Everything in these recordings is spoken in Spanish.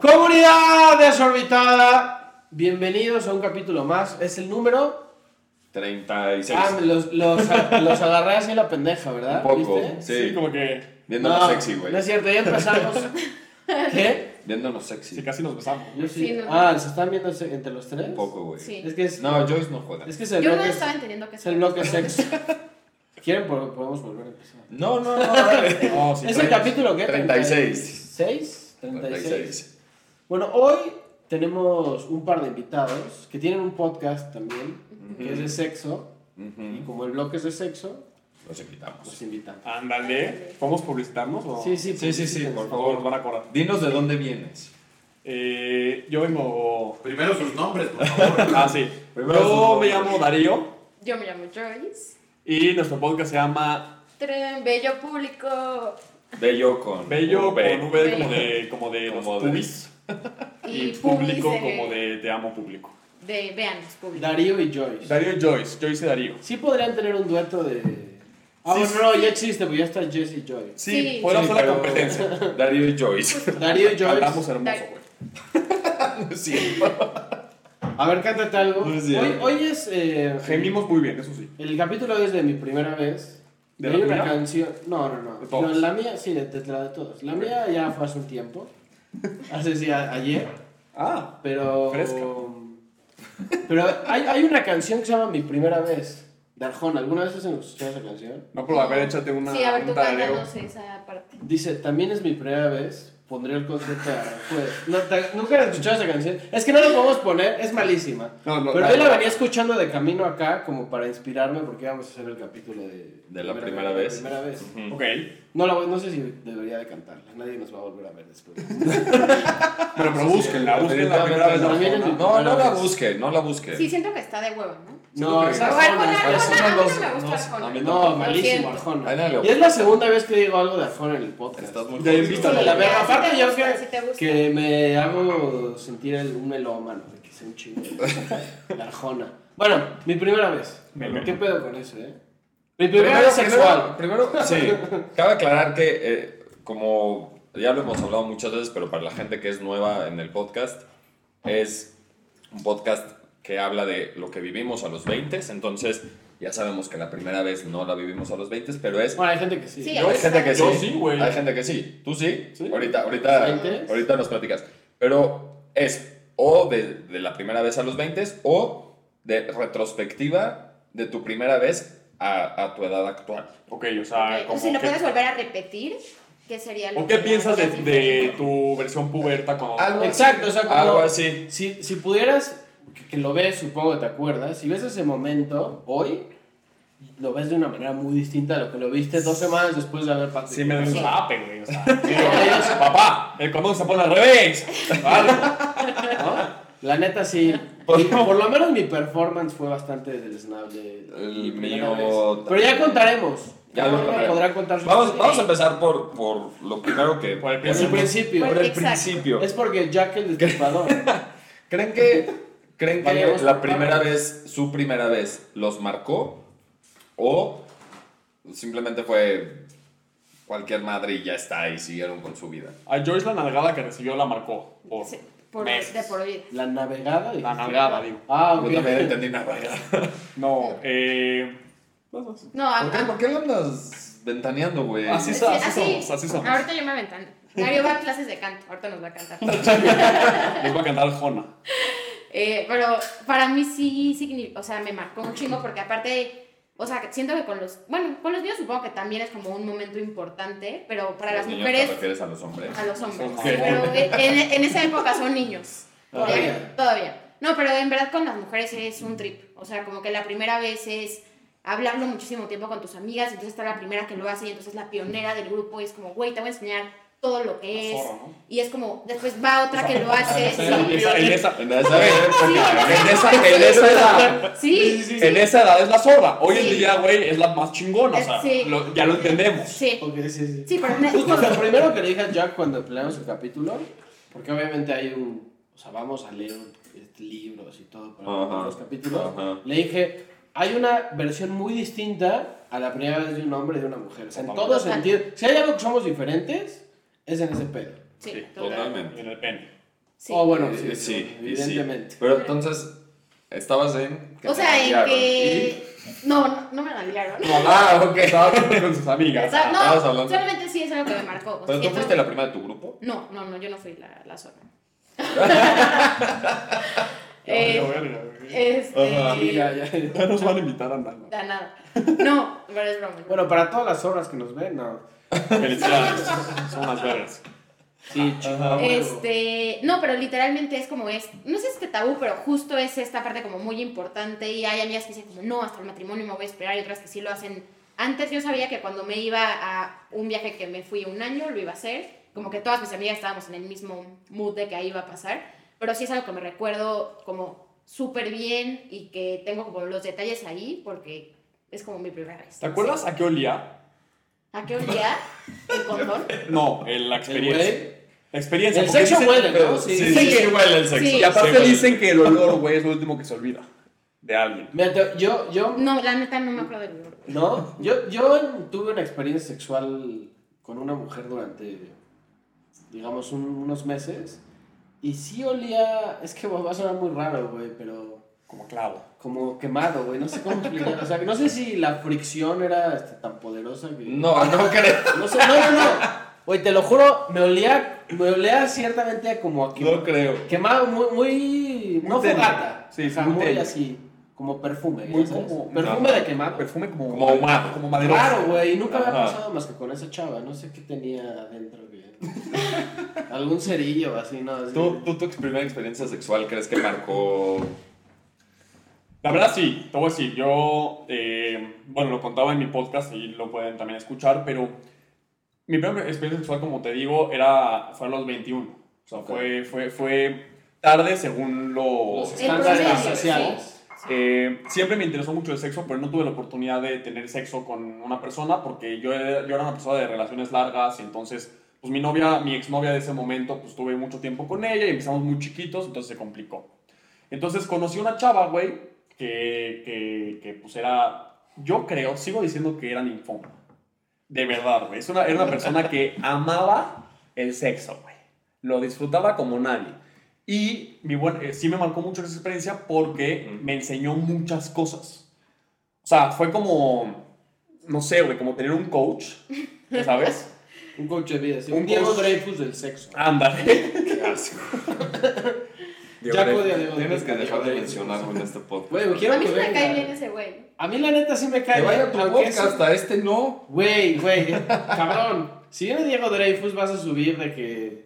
Comunidad desorbitada, bienvenidos a un capítulo más. Es el número. 36. Ah, los, los, los agarré así la pendeja, ¿verdad? Un poco, ¿Viste? sí. Sí, como que Viéndonos sexy, güey. No es cierto, ya empezamos. ¿Qué? Viéndonos sí, sexy. casi nos besamos. Yo sí. Sí, no. Ah, ¿se están viendo se- entre los tres? Un poco, güey. Sí. Es que es. No, Joyce no juega. Es que se Este Yo no bloque- estaba entendiendo que Es el bloque sexo. ¿Quieren? Pod- Podemos volver a empezar. No, no, no. dale. No, sí, ¿Es el pero- capítulo qué? 36. ¿6? 36. 36. Bueno, hoy tenemos un par de invitados que tienen un podcast también, que es de sexo. Y Ujú. como el bloque es de sexo, pues Los invitamos. los invitamos. Ándale, ¿podemos publicitarnos o? Sí, sí, Sí, sí, sí, Por por favor, nos favor. van a cobrar. Dinos de dónde vienes. Eh, yo vengo... Primero sus nombres, por favor. Ah, sí. Primero sus yo me nombres. llamo Darío Yo me llamo Joyce. y nuestro podcast se llama Tren, bello público Bello con. Bello V. con V como de, como de Como los de- pubis y, y, público public como de te amo público. de veanos público. Darío y Joyce. Darío y Joyce, Joyce y Darío. Sí podrían tener un dueto de... Ah, Sí, bueno, sí. no, ya existe, pues ya está Jesse y Joyce. Sí, Sí. podemos Sí, hacer la pero- competencia. Darío y Joyce. Darío y Cantamos Joyce. hermoso, Dar- güey. Sí. A ver, cántate algo. No es Hoy, cierto. hoy es... eh, Gemimos muy bien, eso sí. El capítulo es de mi primera vez. ¿De Hay la una tuya? canción. No, no, no. ¿De todos? No, la mía, sí, de, de la de todos. La mía ya fue hace un tiempo. Hace sí, a- ayer. Ah, Pero. Fresca. Pero hay, hay una canción que se llama Mi primera vez. De Arjona. ¿Alguna vez has escuchado esa canción? no, pero a ver, échate una... sí, a ver, tú un tarareo. cántanos esa parte. Dice, también es mi primera vez. Pondré el concierto de Aranjuez. No, te- Nunca has escuchado esa canción. Es que no la podemos poner, es malísima. No, no, Pero dale. yo la venía escuchando de camino acá como para inspirarme porque íbamos a hacer el capítulo de... De la primera vez. primera vez. Ok, No, la voy- no sé si debería de cantarla. Nadie nos va a volver a ver después. pero, pero búsquenla, búsquenla la primera vez. de También Arjona. en mi- No, no la busque, no la busque. Sí, siento que está de huevo, ¿no? No, Sí, es porque- Arjona. Arjona, es Arjona, Arjona, Arjona es- me gusta no, Arjona. a mí No, tampoco. malísimo Lo siento. Ahí Arjona. dale, Y es la segunda vez que digo algo de Arjona en el podcast. Estás muy Ya joven. invítalo. la verga, Sí, aparte sí te yo gusta, que, sí te gusta. que me hago sentir el, un melómano, de que sea un chingo de Arjona. Bueno, mi primera vez. Venga. ¿Qué pedo con eso, eh? Mi primera vez sexual. Primero, sí. Cabe aclarar que, eh, como ya lo hemos hablado muchas veces, pero para la gente que es nueva en el podcast, es un podcast que habla de lo que vivimos a los 20. Entonces, ya sabemos que la primera vez no la vivimos a los 20, pero es. Bueno, hay gente que sí. Sí, Hay gente que Yo sí. sí, güey. Hay gente que sí. ¿Tú sí? Sí. Ahorita, ahorita, 20. ahorita nos platicas. Pero es o de, de la primera vez a los 20 o de retrospectiva de tu primera vez a, a tu edad actual. Ok, o sea, Ok, o como si lo que- puedes volver a repetir, ¿qué sería lo ¿O qué que- piensas de, de tu versión puberta cuando... Algo así. Exacto, o sea, como- Algo así. Si, si pudieras, que, que lo ves, supongo que te acuerdas, si ves ese momento hoy, lo ves de una manera muy distinta a lo que lo viste dos semanas después de haber participado. Sí me da un Sí. zape, güey, o sea, digo, papá, el condón se pone al revés. ¿no? La neta sí. Y por lo menos mi performance fue bastante desnable. El Mi primera mío vez. Pero ya contaremos. Ya Ya lo contaré. podrá contar su Vamos, vamos a empezar por, por lo primero que... Por el Es el Empecemos. principio. Por el Exacto. principio. Es porque Jack el destripador. ¿Creen que, ¿creen que Vayamos la por primera partes. vez, su primera vez, los marcó? ¿O simplemente fue cualquier madre y ya está y siguieron con su vida? A Joyce la nalgada que recibió la marcó por Sí, por, meses. de por vida. La navegada. dijiste. La nalgada, digo. Ah, Yo también ok. entendí nada. No, eh... No, a- ¿Por qué, a- Ah, por qué lo andas ventaneando, güey? Así sí, son, así somos, así somos. Ahorita yo me aventando. Dario va a clases de canto, ahorita nos va a cantar. Les voy a cantar Jona. Eh, pero para mí sí, signi- o sea, me marcó un chingo porque aparte, o sea, siento que con los, bueno, con los niños supongo que también es como un momento importante, pero para las Los niños mujeres, Te refieres a los hombres. a los hombres. Ok. Sí, pero en, en esa época son niños. Todavía. Todavía. Todavía. No, pero en verdad con las mujeres es un trip. O sea, como que la primera vez es hablarlo muchísimo tiempo con tus amigas, entonces está la primera que lo hace y entonces la pionera del grupo y es como, güey, te voy a enseñar todo lo que es. La zorra, ¿no? Y es como, después va otra que lo hace. sí. En esa, En en esa- esa, en esa, en esa edad. Sí, Sí, sí, sí. en esa edad es la zorra. Hoy en Sí. día, güey, es la más chingona, o sea, Sí. lo- ya lo entendemos. sí. Ok, sí, sí. Sí, pero me- Justo lo primero que le dije a Jack cuando planeamos el capítulo, porque obviamente hay un. O sea, vamos a leer este, libros y todo para Ajá. los capítulos. Ajá. Le dije, hay una versión muy distinta a la primera vez de un hombre y de una mujer. O sea, en todo Totalmente. sentido. Si hay algo que somos diferentes, es en ese pedo. sí, Sí, total. Totalmente. En el pene. Sí. Oh, bueno, Eh, sí, eh, sí, y sí. evidentemente. Pero entonces, estabas en... que o te sea, en cambiaron. que... No, no, no me la liaron. Ah, ok. Estaba con sus amigas. O sea, no, estabas hablando. solamente sí es algo que me marcó. O sea, ¿Pero tú siento- fuiste la prima de tu grupo? No, no, no, yo no fui la, la sola. Ay, Eh, la verga, güey. este, Ajá. Sí, ya, ya. No nos van a invitar a nada. da nada. No, pero es broma. Bueno, para todas las obras que nos ven, no. Felicidades. Son las vergas. Sí, chingón. Este, no, pero literalmente es como es, no sé si este tabú, pero justo es esta parte como muy importante y hay amigas que dicen como, no, hasta el matrimonio me voy a esperar y otras que sí lo hacen. Antes yo sabía que cuando me iba a un viaje que me fui un año, lo iba a hacer, como que todas mis amigas estábamos en el mismo mood de que ahí iba a pasar, pero sí es algo que me recuerdo como súper bien y que tengo como los detalles ahí porque es como mi primera vez. ¿Te acuerdas a qué olía? ¿A qué olía? ¿El condón? No, el- la El experiencia. güey. La experiencia. El porque sexo dicen- huele, ¿no? Sí, Sí. sí, Sí. sí, huele el sexo. Sí. Y aparte huele. dicen que el olor, güey, es lo último que se olvida de alguien. Mira, te- yo, yo, No, la neta no me acuerdo del olor. no, yo, yo tuve una experiencia sexual con una mujer durante, digamos, un- unos meses. Y sí olía, es que va a sonar muy raro, güey, pero Como clavo. como quemado, güey, no sé cómo explicar. O sea, no sé si la fricción era este, tan poderosa que... No, no creo. No sé, no, no, no. Güey, te lo juro, me olía, me olía ciertamente como a No quemado. creo. Quemado, muy, muy, no tenue. fogata. Sí, Ajá, muy muy tenue. así, como perfume. Muy ya sabes. como- perfume no, de quemado. Perfume como, Como ahumado. Como maderoso. Claro, güey, y nunca me había Ajá. pasado más que con esa chava, no sé qué tenía adentro, güey. Algún cerillo, así, no, así. ¿Tú, tú, tu primera experiencia sexual crees que marcó La verdad sí, te voy a decir, yo, eh, bueno, lo contaba en mi podcast y lo pueden también escuchar, pero mi primera experiencia sexual, como te digo, era, fue a los 21. O sea, Ok. fue, fue, fue tarde según los... Los El estándares promedio, sociales. Eh, siempre me interesó mucho el sexo, pero no tuve la oportunidad de tener sexo con una persona porque yo era, yo era una persona de relaciones largas y entonces, pues mi novia, mi exnovia de ese momento, pues tuve mucho tiempo con ella y empezamos muy chiquitos, entonces se complicó. Entonces conocí una chava, güey, que, que, que, pues era, yo creo, sigo diciendo que era ninfoma. De verdad, güey. Es una, era una persona que amaba el sexo, güey. Lo disfrutaba como nadie. Y mi buen, eh, sí me marcó mucho esa experiencia porque Ujú. me enseñó muchas cosas. O sea, fue como, no sé, güey, como tener un coach, ¿sabes? Un coach de vida, sí. Un Un Diego coach. Dreyfus del sexo. Ándale. Qué asco. Ya podía, digo, Tienes que digo, dejar de digo, mencionarlo en este podcast. Güey, me quiero A mí que sí me venga. cae bien ese güey. A mí la neta sí me Que cae vaya a bien. tu aunque es- podcast, a este no. Güey, güey, cabrón. Si viene Diego Dreyfus, vas a subir de que.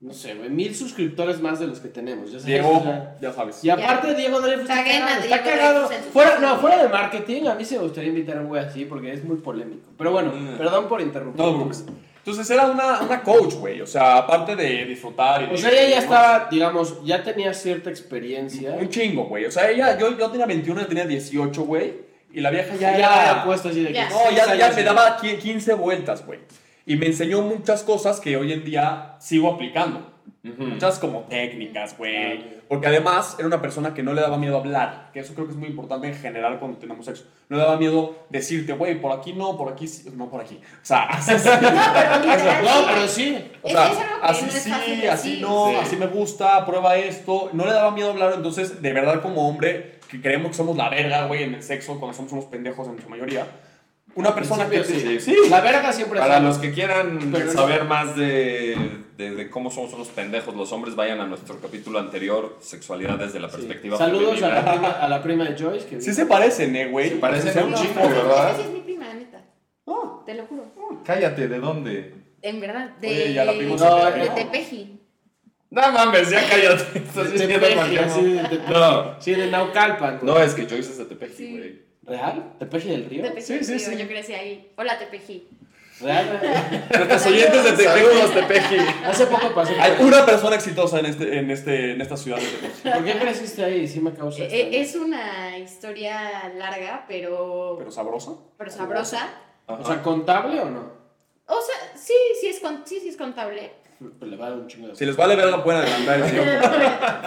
No sé, güey, mil suscriptores más de los que tenemos. Ya sabes, o Diego, sea, ya sabes. y aparte, Diego Dreyfus está Saquen a cagado. Diego Está cagado. Dreyfus en su Fuera, casa. no, fuera de marketing, a mí se me gustaría invitar a un güey así porque es muy polémico. Pero bueno, Mm. perdón por interrumpir. No pues, te preocupes. Entonces era una, una coach, güey. O sea, aparte de disfrutar. y O de- sea, ella ya estaba, digamos, ya tenía cierta experiencia. Un chingo, güey. O sea, ella, yo, yo tenía 21, ella tenía 18, güey. Y la vieja Ya, ya pues, era- la había puesto así de que. Ya. No, sí, ya, ya sí. me daba qui- 15 vueltas, güey. Y me enseñó muchas cosas que hoy en día sigo aplicando. Muchas como técnicas, Ah, güey. ok. Porque además era una persona que no le daba miedo hablar. Que eso creo que es muy importante en general cuando tenemos sexo. No le daba miedo decirte, güey, por aquí no, por aquí sí, no por aquí. O sea, así sí. No, pero literal, No, sí. pero sí. O Es- sea, es algo que así no es sí, fácil decir. así no, Sí. así me gusta, prueba esto. No le daba miedo hablar, entonces, de verdad, como hombre, que creemos que somos la verga, güey, en el sexo, cuando somos unos pendejos en su mayoría. Una persona que. principio, te- sí. La verga siempre Para es- los que quieran Pero no. saber más de, de- de cómo somos unos pendejos los hombres, vayan a nuestro capítulo anterior, Sexualidad desde la Sí. perspectiva Saludos a femenina. la, prima, a la prima de Joyce. Que Sí se parecen, ¿eh, güey? Se parecen O sea, un No, chingo, esa- ¿verdad? Esa sí es mi prima, la neta. Te lo juro. Cállate, ¿de dónde? En verdad. De, Oye, ya la prima se te de pegó. Tepeji. No mames, ya cállate. Estás Te diciendo peje, cualquier así, mamada. te- No, Sí, de Naucalpan. güey. no, es que Joyce es de Tepeji, Sí. güey. ¿Real? ¿Tepeji del río? Tepeji, sí, sí, tío, sí. Yo crecí ahí. Hola, Tepeji. Real. Nuestros oyentes de Tepeji, los Tepeji. Hace poco pasé. por Hay ahí. una persona exitosa en, este, en, este, en esta ciudad. de Tepic. ¿Por qué creciste ahí? Sí me causa. Eh, eh, extraño. es una historia larga, pero, Pero sabrosa. pero sabrosa. O sea, ¿contable o no? O sea, sí, sí es, con- sí, sí es contable. Pues le va a dar un chingo de... Si les vale verga, pueden adelantar el tiempo.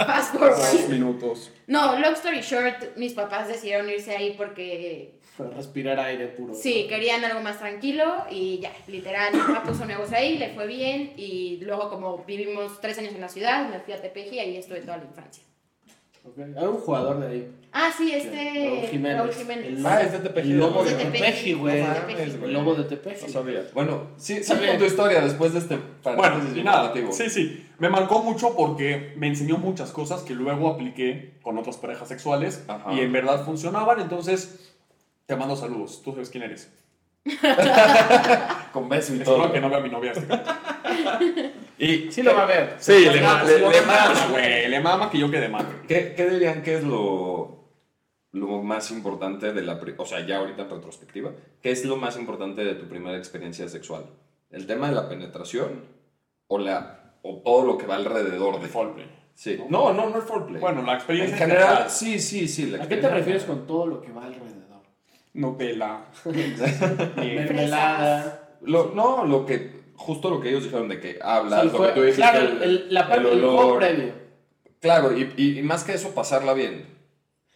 Fast Dos forward. minutos. No, long story short, mis papás decidieron irse ahí porque Para respirar aire puro. sí, querían algo más tranquilo y ya, literal, mi papá puso un negocio ahí, le fue bien y luego como vivimos tres años en la ciudad, me fui a Tepeji y ahí estuve toda la infancia. Ok. Hay un jugador de ahí. Ah, sí, que- este... Raúl Jiménez. Raúl Jiménez. El, Ah, es de Tepeji. el lobo de Es de Tepeji. Tepeji, güey. No mames, El lobo de Tepeji. No sabía. Bueno, sí, sigue con tu historia después de este Bueno, paréntesis y nada, informativo. sí, sí. Me marcó mucho porque me enseñó muchas cosas que luego apliqué con otras parejas sexuales Ajá. y en verdad funcionaban. Entonces, te mando saludos. Tú sabes quién eres. Con beso y todo. Espero que no vea a mi novia este cabrón. Y, pues, Sí lo va a ver. sí, le, Le ma- le- le mama, mama. güey. Le mama que yo quede mal. ¿Qué, qué dirían que es lo, lo más importante de la... pri- O sea, ya ahorita en retrospectiva, ¿qué es lo más importante de tu primera experiencia sexual? ¿El tema de la penetración o, la, o todo lo que va alrededor de... Foreplay. Sí. No, no, no el foreplay. Bueno, la en experiencia general, sí, sí, sí. la ¿A qué te experiencia. refieres con todo lo que va alrededor? Nutella. Bien. Mermelada. Lo- no, lo que... Justo lo que ellos dijeron de que o sea, el hablas, lo que jue- tú dijiste, claro, el, el- la el parte del olor. juego previo. Claro, y, y- y más que eso, pasarla bien.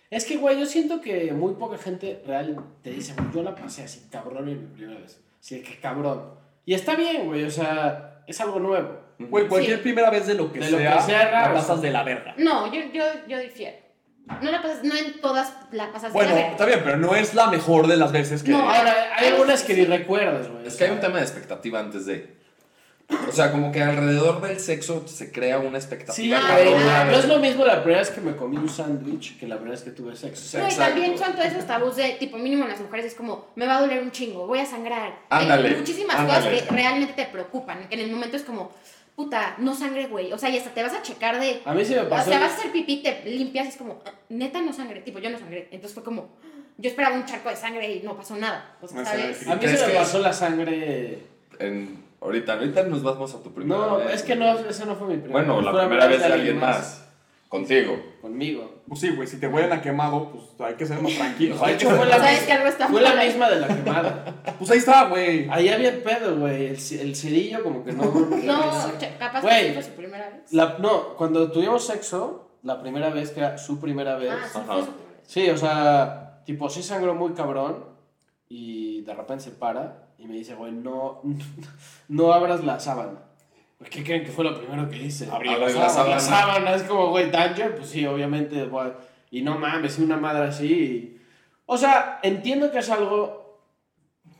Es que, güey, yo siento que muy poca gente real te dice, güey, yo la pasé así, cabrón, en mi primera vez. Así de que cabrón. Y está bien, güey, o sea, es algo nuevo. Güey, cualquier Sí. primera vez de lo que De lo sea, que sea, la raro. pasas de la verga. No, yo, yo, yo difiero. No la pasas, no en todas la pasas Bueno, bien. está bien, pero no es la mejor de las veces que... No, Ahora, hay algunas que ni recuerdas, güey. Es que hay un tema de expectativa antes de. O sea, como que alrededor del sexo se crea una Sí, expectativa. Ah, güey, claro. no es lo mismo la primera vez que me comí un sándwich que la primera vez que tuve sexo. No, y Exacto. también son todos esos tabús de tipo mínimo en las mujeres es como me va a doler un chingo, voy a sangrar. Hay Ándale, muchísimas ándale. cosas que realmente te preocupan, que en el momento es como, puta, no sangre, güey. O sea, y hasta te vas a checar de A mí se me o pasó. sea, vas a hacer pipí, te limpias y es como, "Ah, neta no sangre, tipo yo no sangré. Entonces fue como, yo esperaba un charco de sangre y no pasó nada. O sea, No, se ve ¿sabes? difícil. A mí ¿Crees se me que- pasó la sangre. En- ahorita, ahorita nos vamos a tu primera No, vez. es que no, esa no fue mi primera Bueno, la fue primera vez de alguien más. Contigo. Conmigo. Pues sí, güey, si te huelen a quemado, pues hay que ser más tranquilos. De hecho, fue la, ¿Sabes mis- que algo está fue la mal? misma de la quemada. Pues ahí está, güey. Ahí había pedo, güey. El, ci- el cerillo, como que no. No, che- capaz que Güey. sí fue su primera vez. La- no, cuando tuvimos sexo, la primera vez, que era su primera vez. Ah, sí Ajá. fue su primera vez. Sí, o sea, tipo, sí sangró muy cabrón y de repente se para y me dice, güey, no, no abras la sábana. Güey, ¿Qué creen que fue lo primero que hice? Abrí la la sábana. sábana. La sábana, es como, güey, danger, pues sí, obviamente, güey. Y no mames, una madre así. y- O sea, entiendo que es algo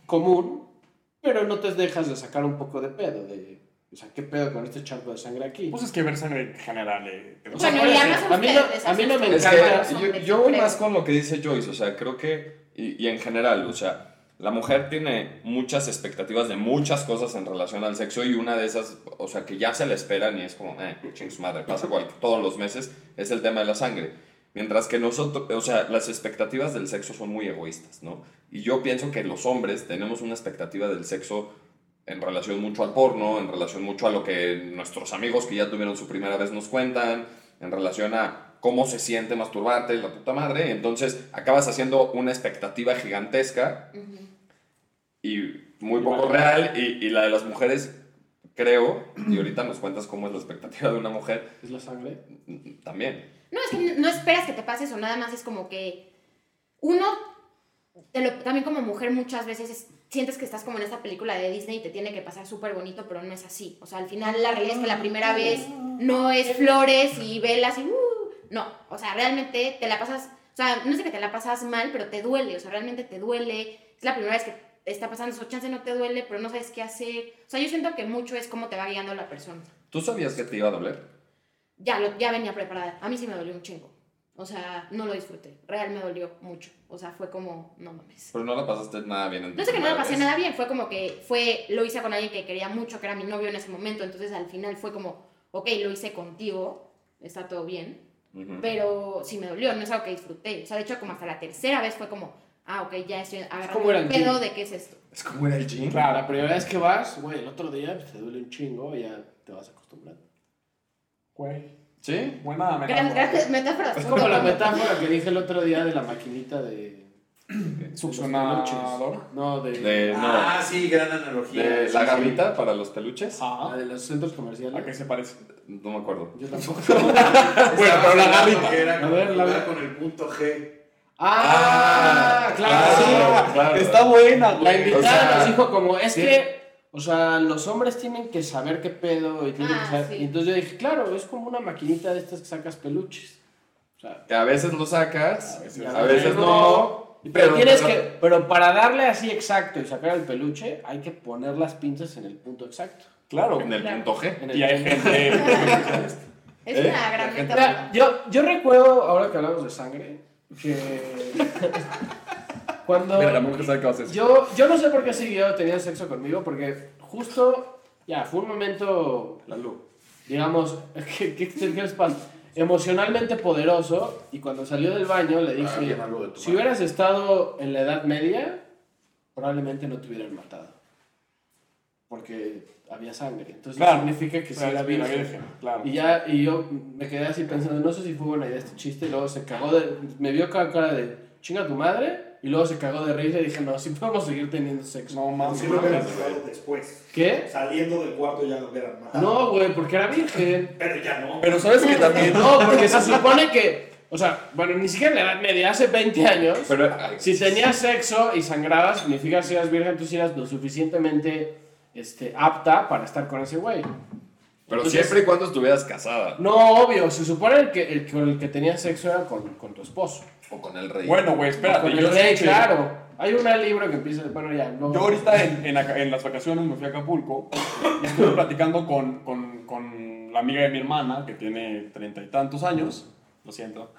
común, pero no te dejas de sacar un poco de pedo, de... O sea, ¿qué pedo con este charco de sangre aquí? Pues es que ver sangre en general. eh, te- O sea, Bueno, por y eso, además a mí no- ustedes, a mí no me Es que encanta. yo, yo voy más con lo que dice Joyce, o sea, creo que, y, y en general, o sea, la mujer tiene muchas expectativas de muchas cosas en relación al sexo y una de esas, o sea, que ya se la esperan y es como, eh, ching su madre, pasa cual, todos los meses, es el tema de la sangre. Mientras que nosotros, o sea, las expectativas del sexo son muy egoístas, ¿no? Y yo pienso que los hombres tenemos una expectativa del sexo en relación mucho al porno, en relación mucho a lo que nuestros amigos que ya tuvieron su primera vez nos cuentan, en relación a cómo se siente masturbarte, la puta madre. Entonces acabas haciendo una expectativa gigantesca Ujú. y muy Y poco vale. real. Y, y la de las mujeres, creo, y ahorita nos cuentas cómo es la expectativa de una mujer, ¿Es la sangre? también. No, es que no esperas que te pase eso, nada más es como que uno, te lo- también como mujer muchas veces es- sientes que estás como en esta película de Disney y te tiene que pasar súper bonito, pero no es así. O sea, al final la realidad es que la primera vez no es flores y velas y... "Uh". no, o sea, realmente te la pasas, o sea, no sé que te la pasas mal, pero te duele, o sea, realmente te duele. Es la primera vez que te está pasando eso, chance no te duele, pero no sabes qué hacer. O sea, yo siento que mucho es cómo te va guiando la persona ¿Tú sabías que te iba a doler? ya, lo, ya venía preparada. A mí sí me dolió un chingo. O sea, no lo disfruté. Real me dolió mucho. O sea, fue como, no mames. Pero no la pasaste nada bien. en tu No sé que no la primera pasé vez. nada bien. Fue como que fue, lo hice con alguien que quería mucho, que era mi novio en ese momento. Entonces al final fue como, ok, lo hice contigo, está todo bien. Ujú. Pero sí me dolió, no es algo que disfruté. O sea, de hecho, como hasta la tercera vez fue como, ah, ok, ya estoy agarrando como era el el gym. pedo de qué es esto. Es como era el gym. Claro, la primera vez que vas, güey, el otro día pues, te duele un chingo, ya te vas acostumbrando. Güey, ¿Sí? buena metáfora. Gran- Grandes metáforas. Es como la metáfora que dije el otro día de la maquinita de, Succionador. Eh, No, de, De, no, Ah, sí, gran analogía. de Sí, la sí. gavita para los peluches. la de los centros comerciales. ¿A qué se parece? No me acuerdo. Yo tampoco. Bueno, pero la Estaba pensando gavita. que era A ver, la- jugar con el punto G. ah, claro, sí. claro, claro. Está buena, La güey. O invitada sea, nos dijo como, es sí. que, o sea, los hombres tienen que saber qué pedo y tienen Ah, que saber. sí. Y entonces yo dije, claro, es como una maquinita de estas que sacas peluches. O sea, Que a veces lo sacas, A veces- a veces no. Pero, pero- tienes que, pero para darle así exacto y sacar el peluche, hay que poner las pinzas en el punto exacto. Claro. En el Claro. punto G. En el Y hay punto- gente. Es ¿Eh? una gran La Mira, meta. yo, yo recuerdo, ahora que hablamos de sangre, que cuando... Verga, nunca sabe qué va a hacer. Yo, yo no sé por qué siguió teniendo sexo conmigo, porque justo, ya, fue un momento, La luz. digamos, que, que, que- que es pa- emocionalmente poderoso, y cuando salió del baño le Ah, dije, bien, algo de tu si madre". hubieras estado en la Edad Media, probablemente no te hubieran matado, porque había sangre, entonces Claro. significa que sí Claro, era es bien, la virgen. virgen, claro. Y ya, y yo me quedé así pensando, no sé si fue buena idea este chiste, y luego se cagó de, me vio con cara de, chinga tu madre, y luego se cagó de risa y dije, no, si podemos seguir teniendo sexo. No mames. Así lo hubieran matado después. ¿Qué? Saliendo del cuarto ya lo hubieran matado. No, güey, porque era virgen. Pero ya no. Pero sabes que también. No, porque se supone que, o sea, bueno, ni siquiera en la edad media, hace 20 años, Pero, ay, si tenías sexo y sangrabas, significa que si eras virgen, tú sí eras lo suficientemente este, apta para estar con ese güey. pero Entonces- siempre y cuando estuvieras casada. No, obio, se supone que el, con el que tenías sexo era con, con tu esposo. O con el rey. Bueno, güey, espérate. Con Yo, el rey, escuché- claro. Hay una libro que empieza. Bueno, ya, no. yo ahorita en, en Aca- en las vacaciones me fui a Acapulco y estuve platicando con, con- con la amiga de mi hermana, que tiene treinta y tantos años. Lo siento.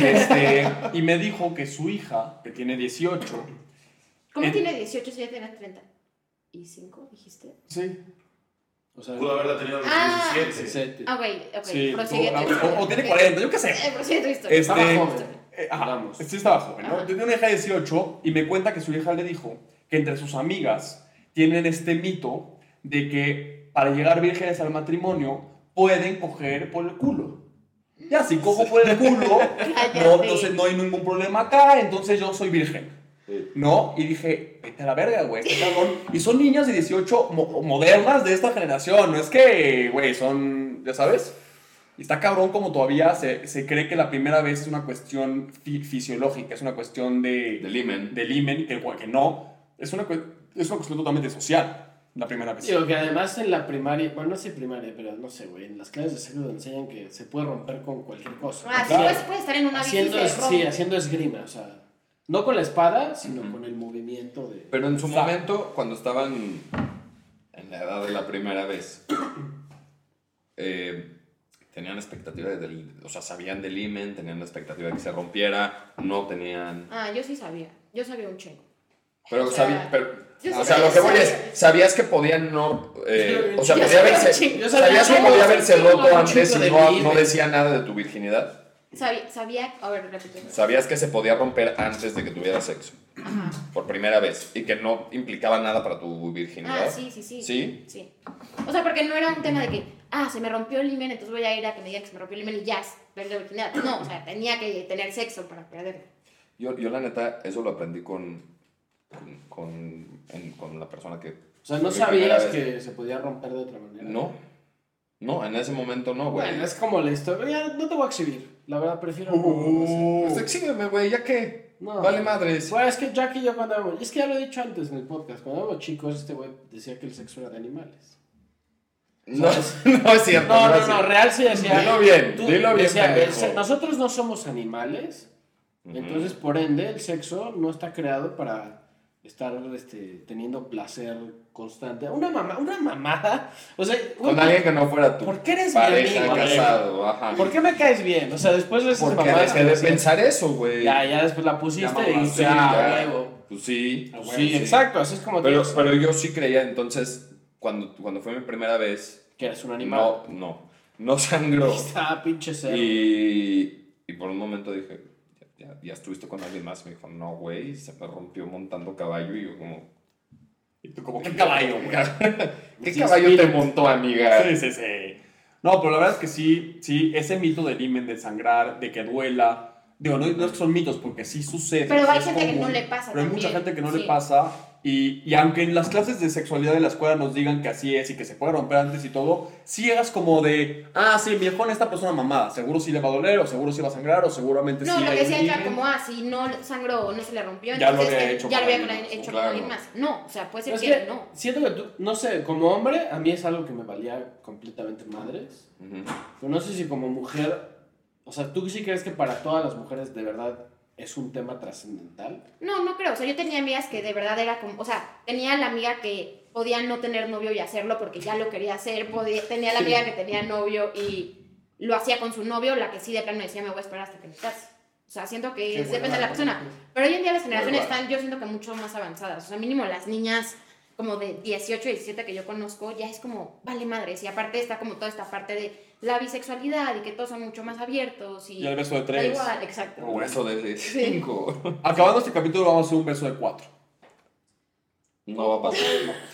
Este, y me dijo que su hija, que tiene 18, ¿Cómo en- tiene 18 si ya tienes 30? ¿Y 5 dijiste? sí, O sea, Pudo haberla tenido a los Ah. 17. sete. Ah, güey, ok. sí. prosigue tu o- historia. o, o tiene 40, yo qué sé. Eh, prosigue tu historia. Este, Estaba joven. Eh, ajá, Vamos. sí estaba joven, ¿no? Ajá. Tenía una hija de 18 y me cuenta que su hija le dijo que entre sus amigas tienen este mito de que para llegar vírgenes al matrimonio pueden coger por el culo. Ya, si cojo por el culo, no, Cállate. entonces no hay ningún problema acá, entonces yo soy virgen. Sí. ¿No? Y dije, vete a la verga, güey, este cabrón. Y son niñas de 18 mo- modernas de esta generación, no es que, güey, son, ya sabes. Y está cabrón como todavía se, se cree que la primera vez es una cuestión fi- fisiológica, es una cuestión Del de, imen. de imen, que, que no. Es una, cue- es una cuestión totalmente social, la primera vez. Digo que además en la primaria, bueno, no sé primaria, pero no sé, güey, en las clases de sexo te enseñan que se puede romper con cualquier cosa. Ah, sí, Claro. pues puede estar en una bici haciendo, de es- sí, haciendo esgrima, o sea, no con la espada, sino con el movimiento de... Pero en su Exacto. momento, cuando estaban en la edad de la primera vez, eh, tenían expectativa de del- o sea, sabían del imen, tenían la expectativa de que se rompiera, no tenían... Ah, yo sí sabía. Yo sabía un chingo. Pero, O sea, sabi- pero- yo o sabía- sea, lo que voy es, sabía- sabías que podían no... eh, o sea, Yo podía sabía haberse- un chingo, yo sabía sabías que un podía chingo, haberse un roto chingo antes de y no, mi no imen. decía nada de tu virginidad. Sabía, sabía a ver, repito. Sabías que se podía romper antes de que tuvieras sexo, Ajá. por primera vez, y que no implicaba nada para tu virginidad. Ah, sí, sí, sí. ¿Sí? Sí. O sea, porque no era un tema de que, ah, se me rompió el himen, entonces voy a ir a que me digan que se me rompió el himen y ya, perder la virginidad. No, o sea, tenía que tener sexo para perderlo. Yo, yo la neta, eso lo aprendí con, con, con- en- con la persona que... O sea, no Fue mi primera sabías vez. que se podía romper de otra manera. No, no, en ese momento no, güey. Bueno, es como la historia, ya, no te voy a exhibir, la verdad, prefiero... no Uh. Pues exhíbeme, güey, ¿ya qué? No. Vale madres. Pues, Bueno, es que Jack y yo cuando éramos... Es que ya lo he dicho antes en el podcast. Cuando éramos chicos, este güey decía que el sexo era de animales. No, no es cierto. No, no, es no, cierto. real sí decía... Dilo bien, tú- dilo bien, decía, pendejo. el se- nosotros no somos animales, Ujú. entonces, por ende, el sexo no está creado para estar este, teniendo placer constante. Una, mamá, una mamada... O sea, güey, Con alguien que no fuera tú. ¿por qué eres mi pareja, amigo? casado, ajá. ¿por qué me caes bien? O sea, después de esas Porque mamadas... dejé de decías, pensar eso, güey. Ya, ya después la pusiste y mamaste, Sí, ya, ya. huevo. Pues sí. Sí, exacto, así es como Pero, tienes- pero yo sí creía entonces, cuando, cuando fue mi primera vez, que eres un animal. no, no, no sangró. Está pinche cerdo. Y, y por un momento dije, ya, ya- ya estuviste con alguien más. Me dijo, no, güey, y se me rompió montando caballo. Y yo, como, Y tú como, qué caballo, güey. ¿qué Sí, caballo sí. te montó, amiga? Sí, sí, sí. No, pero la verdad es que sí, sí, ese mito del himen, de sangrar, de que duela, Digo, no, no es que son mitos, porque sí sucede. Pero hay es gente que no le pasa Pero hay mucha también, gente que no le sí. pasa. Y, y aunque en las clases de sexualidad de la escuela nos digan que así es y que se puede romper antes y todo, si llegas como de, ah, sí, mi con esta persona mamada, seguro sí le va a doler, o seguro sí va a sangrar, o seguramente No, sí lo hay que un decía era libre". como, ah, si no sangró o no se le rompió, Ya lo entonces había eh, hecho ya lo para había alguien hecho más, con alguien claro. más. No, o sea, puede ser Es que, que no. siento que tú, no sé, como hombre, a mí es algo que me valía completamente madres. Ujú. Pero no sé si como mujer, o sea, ¿tú sí crees que para todas las mujeres de verdad es un tema trascendental? No, no creo. O sea, yo tenía amigas que de verdad era como, o sea, tenía la amiga que podía no tener novio y hacerlo porque ya lo quería hacer, podía, tenía la amiga que tenía novio y lo hacía con su novio, la que sí de plano decía me voy a esperar hasta que me case. O sea, siento que Qué es- depende hueva, de la ¿no? persona. Pero hoy en día las generaciones raro. están, yo siento que mucho más avanzadas. O sea, mínimo las niñas como de 18, 17 que yo conozco, ya es como, vale madres. Y aparte está como toda esta parte de la bisexualidad y que todos son mucho más abiertos y... Y el beso de da tres. igual, exacto. O eso de cinco. Acabando este capítulo vamos a hacer un beso de cuatro. No va a pasar.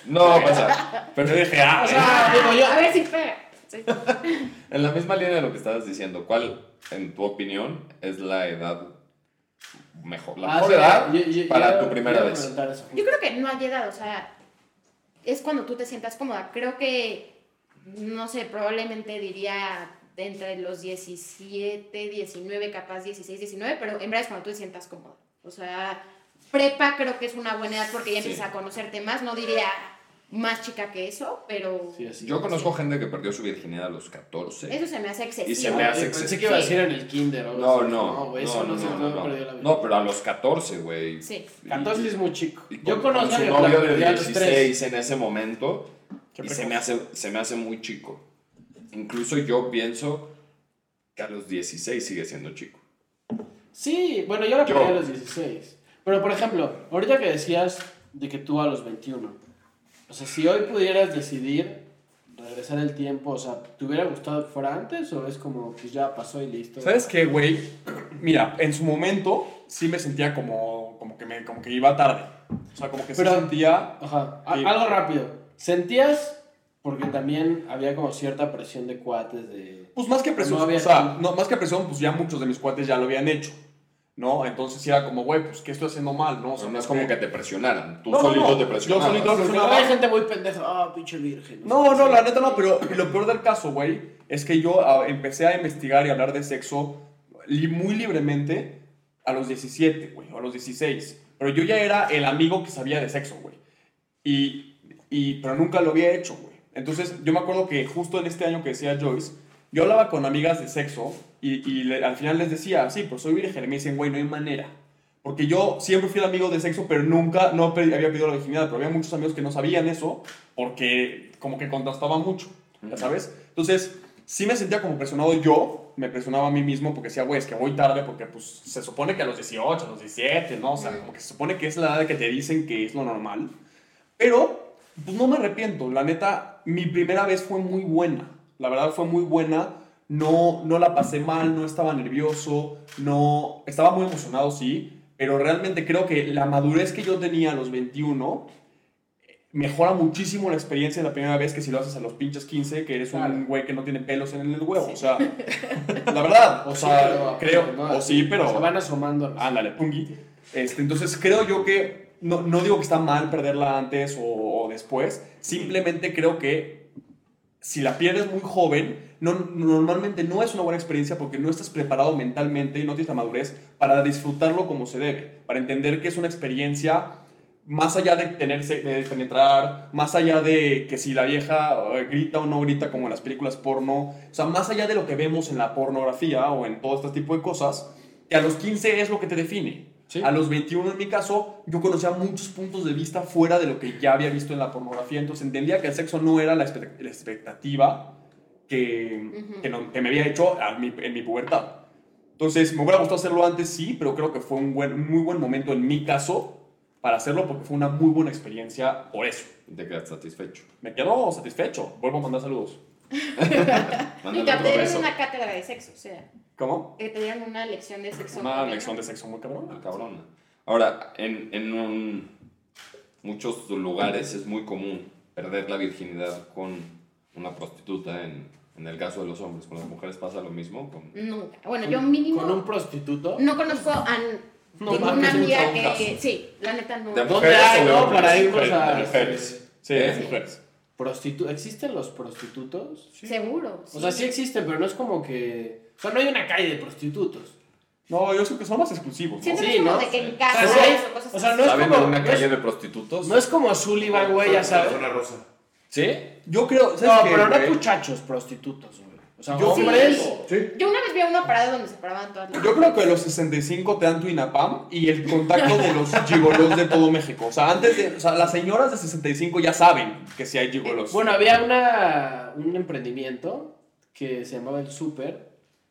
No va a pasar. Pero yo dije, ah, O sea, digo yo- A ver si pega. Sí. En la misma línea de lo que estabas diciendo, ¿cuál, en tu opinión, es la edad mejor? La Ah, mejor sí, edad yo- yo- para yo- tu primera yo iba a vez. preguntar eso. Yo creo que no hay edad, o sea, es cuando tú te sientas cómoda. Creo que, no sé, probablemente diría de entre los 17, 19, capaz 16, 19, pero en verdad es cuando tú te sientas cómoda. O sea, prepa creo que es una buena edad porque ya Sí. empiezas a conocerte más, no diría más chica que eso, pero Sí, así. Yo conozco gente que perdió su virginidad a los 14. eso se me hace excesivo. Y se me hace Ay, exceso. Eh, Pensé que iba a decir en el kinder. o algo No, así. no. güey, eso no, se no, no, no. perdió la vida. No, pero a los 14, güey. Sí. 14 es muy chico. Y con- Yo conozco con a su que la novio de mayoría de los tres. 16 en ese momento Qué y precoz. se me, hace, se me hace muy chico. Incluso yo pienso que a los 16 sigue siendo chico. Sí, bueno, yo la Yo. perdí a los 16. Pero, por ejemplo, ahorita que decías de que tú a los 21. O sea, si hoy pudieras decidir regresar el tiempo, o sea, ¿te hubiera gustado que fuera antes o es como que ya pasó y listo? ¿Sabes qué, güey? Mira, en su momento sí me sentía como, como, que, me, como que iba tarde. O sea, como que Pero- se sentía... Ajá. A- Sí. Algo rápido. ¿Sentías? Porque también había como cierta presión de cuates de... Pues más que presión, No había o sea, tanto. no, más que presión, pues ya muchos de mis cuates ya lo habían hecho, ¿no? Entonces sí era como, güey, pues ¿qué estoy haciendo mal, no? O O sea, sea, no es como que te presionaran. Tú No, no, solito no. te Yo presionabas. solito- Porque Sonaba- luego hay gente muy pendeja. Ah, pinche virgen. No, no, la neta no, pero lo peor del caso, güey, es que yo ah, empecé a investigar y hablar de sexo li- muy libremente a los 17, güey, o a los 16. Pero yo ya era el amigo que sabía de sexo, güey. Y, y- pero nunca lo había hecho, güey. Entonces, yo me acuerdo que justo en este año que decía Joyce, yo hablaba con amigas de sexo y, y le- al final les decía, sí, pero soy virgen. Y me dicen, güey, no hay manera. Porque yo siempre fui el amigo de sexo, pero nunca no pe- había pedido la virginidad. Pero había muchos amigos que no sabían eso porque como que contrastaba mucho, ¿ya sabes? Entonces, sí me sentía como presionado yo, me presionaba a mí mismo porque decía, güey, es que voy tarde porque pues se supone que a los 18, a los 17, ¿no? O sea, como que se supone que es la edad de que te dicen que es lo normal. Pero, pues no me arrepiento. La neta, mi primera vez fue muy buena. La verdad fue muy buena. No, no la pasé mal, no estaba nervioso, no... Estaba muy emocionado, sí. Pero realmente creo que la madurez que yo tenía a los 21 mejora muchísimo la experiencia de la primera vez que si lo haces a los pinches 15, que eres Claro. un güey que no tiene pelos en el huevo. O sea, la verdad, o sea, creo, o sí, pero... Ah, Se van asomando. a los- Ándale, pungi. Este, entonces creo yo que, no, no digo que está mal perderla antes o, o después, simplemente creo que si la pierdes muy joven, no, normalmente no es una buena experiencia porque no estás preparado mentalmente y no tienes la madurez para disfrutarlo como se debe, para entender que es una experiencia más allá de tenerse, de penetrar, más allá de que si la vieja eh, grita o no grita como en las películas porno, o sea, más allá de lo que vemos en la pornografía o en todo este tipo de cosas, que a los 15 es lo que te define. Sí. A los 21 en mi caso, yo conocía muchos puntos de vista fuera de lo que ya había visto en la pornografía, entonces entendía que el sexo no era la, expect- la expectativa que, Ujú. que, no- que me había hecho a mi- en mi pubertad. Entonces, me hubiera gustado hacerlo antes, sí, pero creo que fue un buen, muy buen momento en mi caso para hacerlo porque fue una muy buena experiencia por eso. Y te quedas satisfecho. Me quedo satisfecho. Vuelvo a mandar saludos. Y Mándale que te otro dieron beso. una cátedra de sexo, o sea, ¿Cómo? que te dieron una lección de sexo. Una lección de sexo muy Ah, cabrón. cabrón. Ahora, en, en un- muchos lugares es muy común perder la virginidad con una prostituta en En el caso de los hombres, con las mujeres pasa lo mismo. con- Nunca. Bueno, yo mínimo. ¿Con un prostituto? No conozco a n- No ninguna mames, amiga nunca un que. caso. Sí, la neta no. De ¿Dónde mujeres hay, o de no? hombres? Para irnos Mujeres, a- de mujeres. Sí, ¿Eh? las mujeres. Prostitu- ¿Existen los prostitutos? Seguro. O sea, sí existen, pero no es como que... O sea, no hay una calle de prostitutos. No, yo creo que son más exclusivos. ¿no? Siento que Sí, es como ¿no? de que en O sea, casa sí hay- o cosas o sea, así. no es ¿Saben como- de una no calle es- de prostitutos? No es como Sullivan, güey, ya sabes. Zona rosa. ¿Sí? Yo creo. ¿sabes No, qué, pero no güey? muchachos prostitutos, güey. O sea, Yo- hombres... Sí. Yo una vez vi a una parada donde se paraban todas las. Yo creo que a los 65 te dan tu INAPAM y el contacto de los gigolos de todo México. O sea, antes de. O sea, las señoras de 65 ya saben que sí hay gigolos. Bueno, había una, un emprendimiento que se llamaba el Super,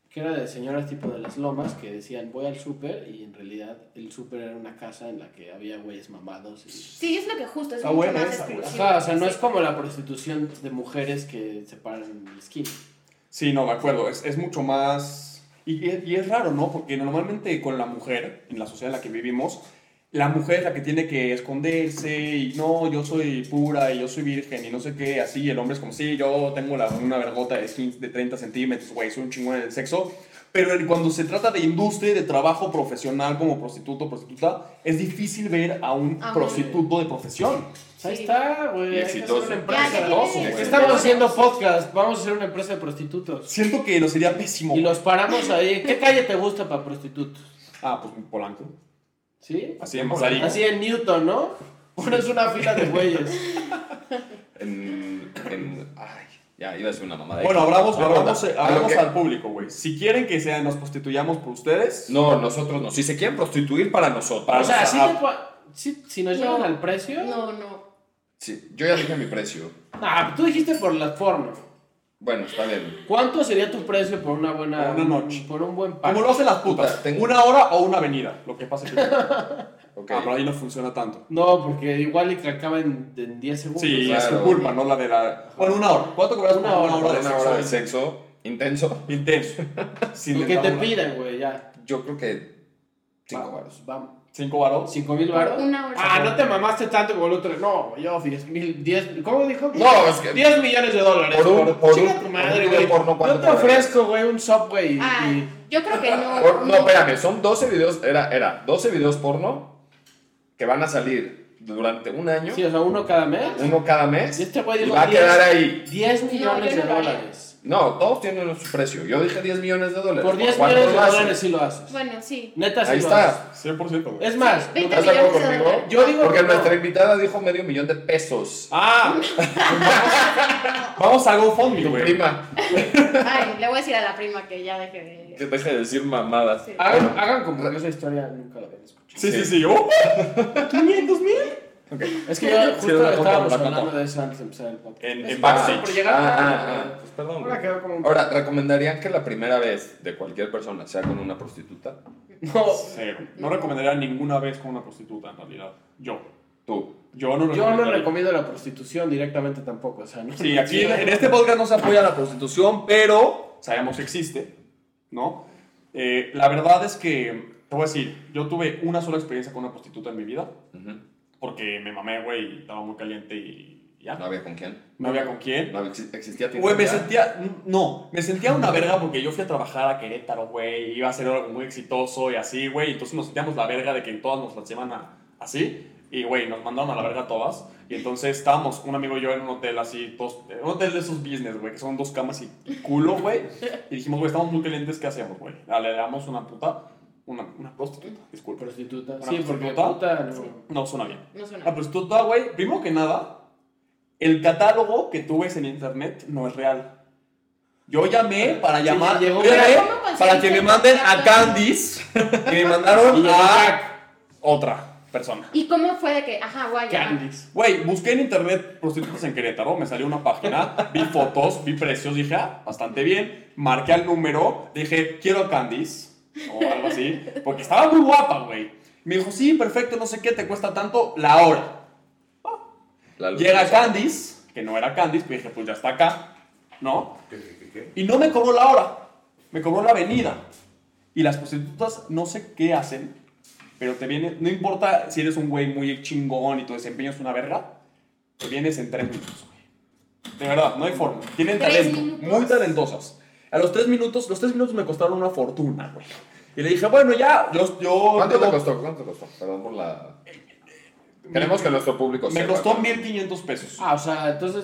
que era de señoras tipo de las lomas que decían voy al Super y en realidad el Super era una casa en la que había güeyes mamados. Y... Sí, es lo que justo es Está mucho buena más esa, güey. exclusivo. Ajá, o sea, no Sí. es como la prostitución de mujeres que se paran en la esquina. Sí, no, de acuerdo. Es, es mucho más. Y, y- y es raro, ¿no? Porque normalmente con la mujer, en la sociedad en la que vivimos, la mujer es la que tiene que esconderse y no, yo soy pura y yo soy virgen y no sé qué, así. y el hombre es como, sí, yo tengo la- una vergota de, 15 de 30 centímetros, güey, soy un chingón en el sexo. Pero en- cuando se trata de industria, y de trabajo profesional como prostituto, prostituta, es difícil ver a un Ah, prostituto de profesión. O sea, Ahí Sí. está, güey. Y hay que hacer exitoso. una Ya, empresa. ya Exitoso, tiene- güey. Estamos haciendo podcast, vamos a hacer una empresa de prostitutos. Siento que no sería pésimo. Y los paramos ahí. ¿Qué calle te gusta para prostitutos? Ah, pues Polanco. ¿Sí? Así de Mazarik. Así en Newton, ¿no? Pones una fila de güeyes. En, en- ay, ya iba a ser una mamada. Bueno, hablamos, No importa. hablamos, A lo hablamos que- al público, güey. Si quieren que sea, nos prostituyamos por ustedes. No, nosotros no. Si se quieren prostituir para nosotros. O Para sea, los- si, ah, te pa- sí- si nos No. llevan al precio. No, no. Sí, yo ya dije mi precio. Ah, tú dijiste por la forma. Bueno, está bien. ¿Cuánto sería tu precio por una buena. Por una noche. Por un buen pack? Como lo hacen las putas. Puta, tengo- Una hora o una avenida. Lo que pasa es que. Ah, Ok. pero ahí no funciona tanto. No, porque igual y que acaba en, en 10 segundos. Sí, claro. es tu culpa, no la de la. Bueno, una hora. ¿Cuánto cobras una, Una hora, hora? Una hora de una sexo? hora de sexo intenso. Intenso. Sin Lo que te ninguna- piden, güey, ya. Yo creo que cinco Va- varos. Vamos. ¿Cinco varos? ¿Cinco mil baros? Una hora. Ah, no te mamaste tanto como el otro. No, yo, 10 mil. 10, ¿Cómo dijo? No, es que- 10 millones de dólares. Por un- por Chinga un- tu por madre, un güey. video porno, Yo ¿cuánto te te vale? ofrezco, güey, un subway y. Ah, y- yo creo que no. Por- no, espérame, son 12 videos. Era, era 12 videos porno que van a salir durante un año, Sí, o sea, uno cada mes. uno cada mes. Y este güey dijo va a 10. quedar ahí. 10 millones de No, yo no lo haría. dólares. No, todos tienen su precio. Yo dije 10 millones de dólares. Por 10 ¿Cuánto millones de lo hacen? dólares sí lo haces. Bueno, sí. Neta, sí Ahí lo haces. está. 100%, güey. Es más, 20 ¿Estás de acuerdo millones de conmigo? dólares. yo digo Porque que no. nuestra invitada dijo medio millón de pesos. ¡Ah! Vamos a GoFundMe, Tu güey. prima. Ay, le voy a decir a la prima que ya deje Que de. deje de decir mamadas. Sí. Hagan, hagan como que esa historia nunca la habían escuchado. Sí, sí, Sí. sí. ¡Oh! ¿500 mil? Es que yo Sí, la justo estábamos contamos, la hablando contamos. de eso antes de empezar el podcast. En, Es en que backstage. por llegar tarde, Ah, ah, güey. ah, pues perdón. Ahora güey. quedó como un- Ahora, ¿recomendarían que la primera vez de cualquier persona sea con una prostituta? No, Cero. No recomendaría ninguna vez con una prostituta, en realidad. Yo. Tú. Yo no yo no recomendaría. recomiendo la prostitución directamente tampoco. O sea, no. Sí, aquí en, en este podcast no se apoya la prostitución, pero sabemos que existe, ¿no? Eh, la verdad es que, te voy a decir, yo tuve una sola experiencia con una prostituta en mi vida, Ujú. porque me mamé, güey, y estaba muy caliente y ya. No había con quién. No había con quién. No había- exi- existía Tinder Güey, me ya. sentía. No, me sentía una verga porque yo fui a trabajar a Querétaro, güey. Iba a ser algo muy exitoso y así, güey. Entonces nos sentíamos la verga de que todas nos las llevan a- así. Y, güey, nos mandaron a la verga todas. Y entonces estábamos, un amigo y yo, en un hotel así, dos, un hotel de esos business, güey, que son dos camas y y culo, güey. Y dijimos, güey, estamos muy calientes, ¿qué hacemos, güey? Ah, Le damos una puta, una, una prostituta, disculpe. Prostituta. Una Sí, porque prostituta. puta no. No suena bien. No suena. La prostituta, ah, güey, primero que nada, el catálogo que tú ves en internet no es real. Yo llamé para llamar, llegó yo un- llamé ¿Cómo conseguiste para que me el manden a contacto? Candice, que me mandaron Y a Ah. otra persona. ¿Y cómo fue de que, ajá, guay, ya? Candice. Güey, busqué en internet prostitutas en Querétaro, me salió una página, vi fotos, vi precios, dije, ah, bastante bien. Marqué al número, dije, quiero a Candice, o algo así, porque estaba muy guapa, güey. Me dijo, sí, perfecto, no sé qué, te cuesta tanto la hora. La luz. Llega Candice, que no era Candice, pero dije, pues ya está acá, ¿no? ¿Qué, qué, qué, qué? Y no me cobró la hora, me cobró la avenida. Y las prostitutas no sé qué hacen, pero te vienen, no importa si eres un güey muy chingón y tu desempeño es una verga, te vienes en tres minutos, güey. De verdad, no hay forma. Tienen Tres talento, minutos. muy talentosas. A los tres minutos, los tres minutos me costaron una fortuna, güey. Y le dije, bueno, ya, los, yo... ¿Cuánto te tengo- costó? ¿Cuánto te costó? Perdón por la. Queremos que nuestro público Me sepa. costó 1.500 pesos. Ah, o sea, entonces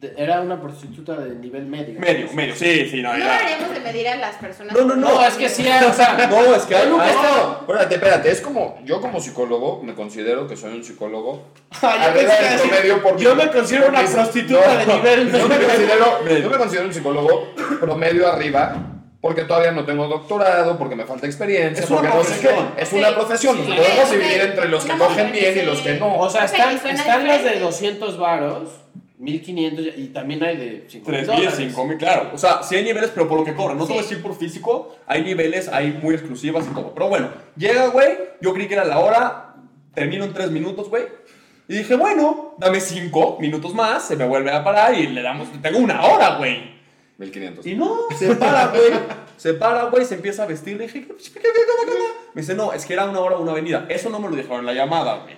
de- era una prostituta de nivel medio. Medio, medio. Sí, sí, no, No era- deberíamos de medir a las personas. No, no, no, No, es que sí, o sea, No, es que... Yo nunca hay- No, espérate, espérate. Es como. Yo, como psicólogo, me considero que soy un psicólogo. Ah, yo, Arriba del pensé que decir, promedio porque- yo me considero una porque- prostituta No, de nivel medio. Yo me considero, yo me considero un psicólogo promedio arriba porque todavía no tengo doctorado, porque me falta experiencia, Es una porque no sé profesión. qué. Es una Ok. profesión. Nos Sí. podemos Ok, dividir ok. entre los que Una cogen bien y mujer los que no. O sea, Ok, están, suena están las de diferente. 200 varos, 1500 y también hay de 50 3.000, dólares. 5.000, claro. O sea, sí hay niveles, pero por lo que cobran. No te voy a Sí. decir por físico, hay niveles, hay muy exclusivas y todo. Pero bueno, llega, güey, yo creí que era la hora, termino en 3 minutos, güey. Y dije, bueno, dame 5 minutos más, se me vuelve a parar y le damos, tengo una hora, güey. 1500. Y no, se para, güey. Se para, güey, se empieza a vestir. Le dije, ¿qué, qué, qué, qué, qué, qué? Me dice, no, es que era una hora, una avenida. Eso no me lo dejaron en la llamada, güey.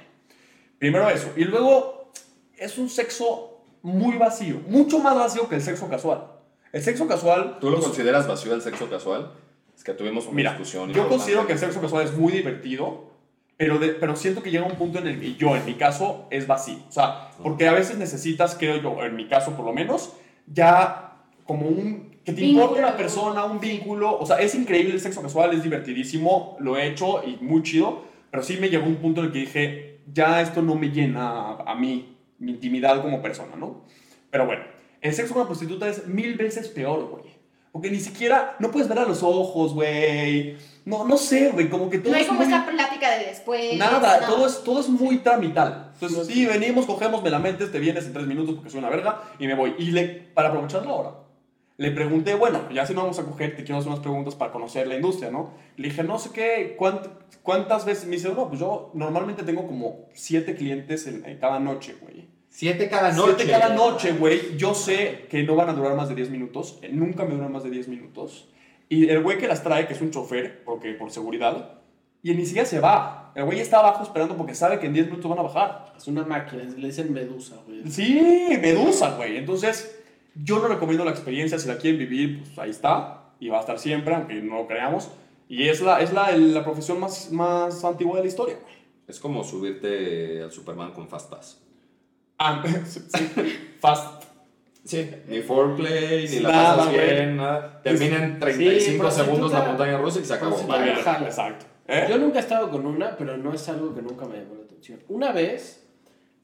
Primero eso. Y luego, es un sexo muy vacío. Mucho más vacío que el sexo casual. El sexo casual... ¿Tú lo consideras vacío el sexo casual? Es que tuvimos una Mira, discusión. yo importante. considero que el sexo casual es muy divertido, pero, de- pero siento que llega un punto en el que yo, en mi caso, es vacío. O sea, porque a veces necesitas, creo yo, en mi caso por lo menos, ya como un... Que te Vínculo. importe la persona, un vínculo. O sea, es increíble el sexo casual, es divertidísimo, lo he hecho y muy chido, pero sí me llegó un punto en el que dije, ya esto no me llena a, a mí, mi intimidad como persona, ¿no? Pero bueno, el sexo con una prostituta es mil veces peor, güey. Porque ni siquiera, no puedes ver a los ojos, güey. No, no sé, güey, como que todo No hay es como muy- esa plática de después. Nada, no. todo, es, todo es muy tramital. Entonces, sí, venimos, cogemos, me la metes, te vienes en tres minutos porque soy una verga y me voy. Y le, para aprovechar la hora, le pregunté, bueno, ya si no vamos a coger, te quiero hacer unas preguntas para conocer la industria, ¿no? Le dije, no sé qué, cuánt- ¿cuántas veces? Me dice, no, pues yo normalmente tengo como siete clientes en, en cada noche, güey. Siete cada noche. Siete cada noche, güey. Yo sé que no van a durar más de 10 minutos. eh, Nunca me duran más de 10 minutos. Y el güey que las trae, que es un chofer, porque por seguridad, y ni siquiera se va. El güey está abajo esperando porque sabe que en 10 minutos van a bajar. Es una máquina, le dicen medusa, güey. Sí, medusa, güey. Entonces, yo no recomiendo la experiencia. Si la quieren vivir, pues ahí está. Y va a estar siempre, aunque no lo creamos. Y es la, es la, la profesión más, más antigua de la historia, güey. Es como subirte al Superman con Fast Pass. Ah, sí, sí. Fast Sí. Ni foreplay, ni la Nada, pasas güey. bien, nada. Termina en 35 Sí, segundos la prostituta. montaña rusa y se acabó. Prostituta. Bye. Vale, jala. Exacto. ¿Eh? Yo nunca he estado con una, pero no es algo que nunca me llamó la atención. Una vez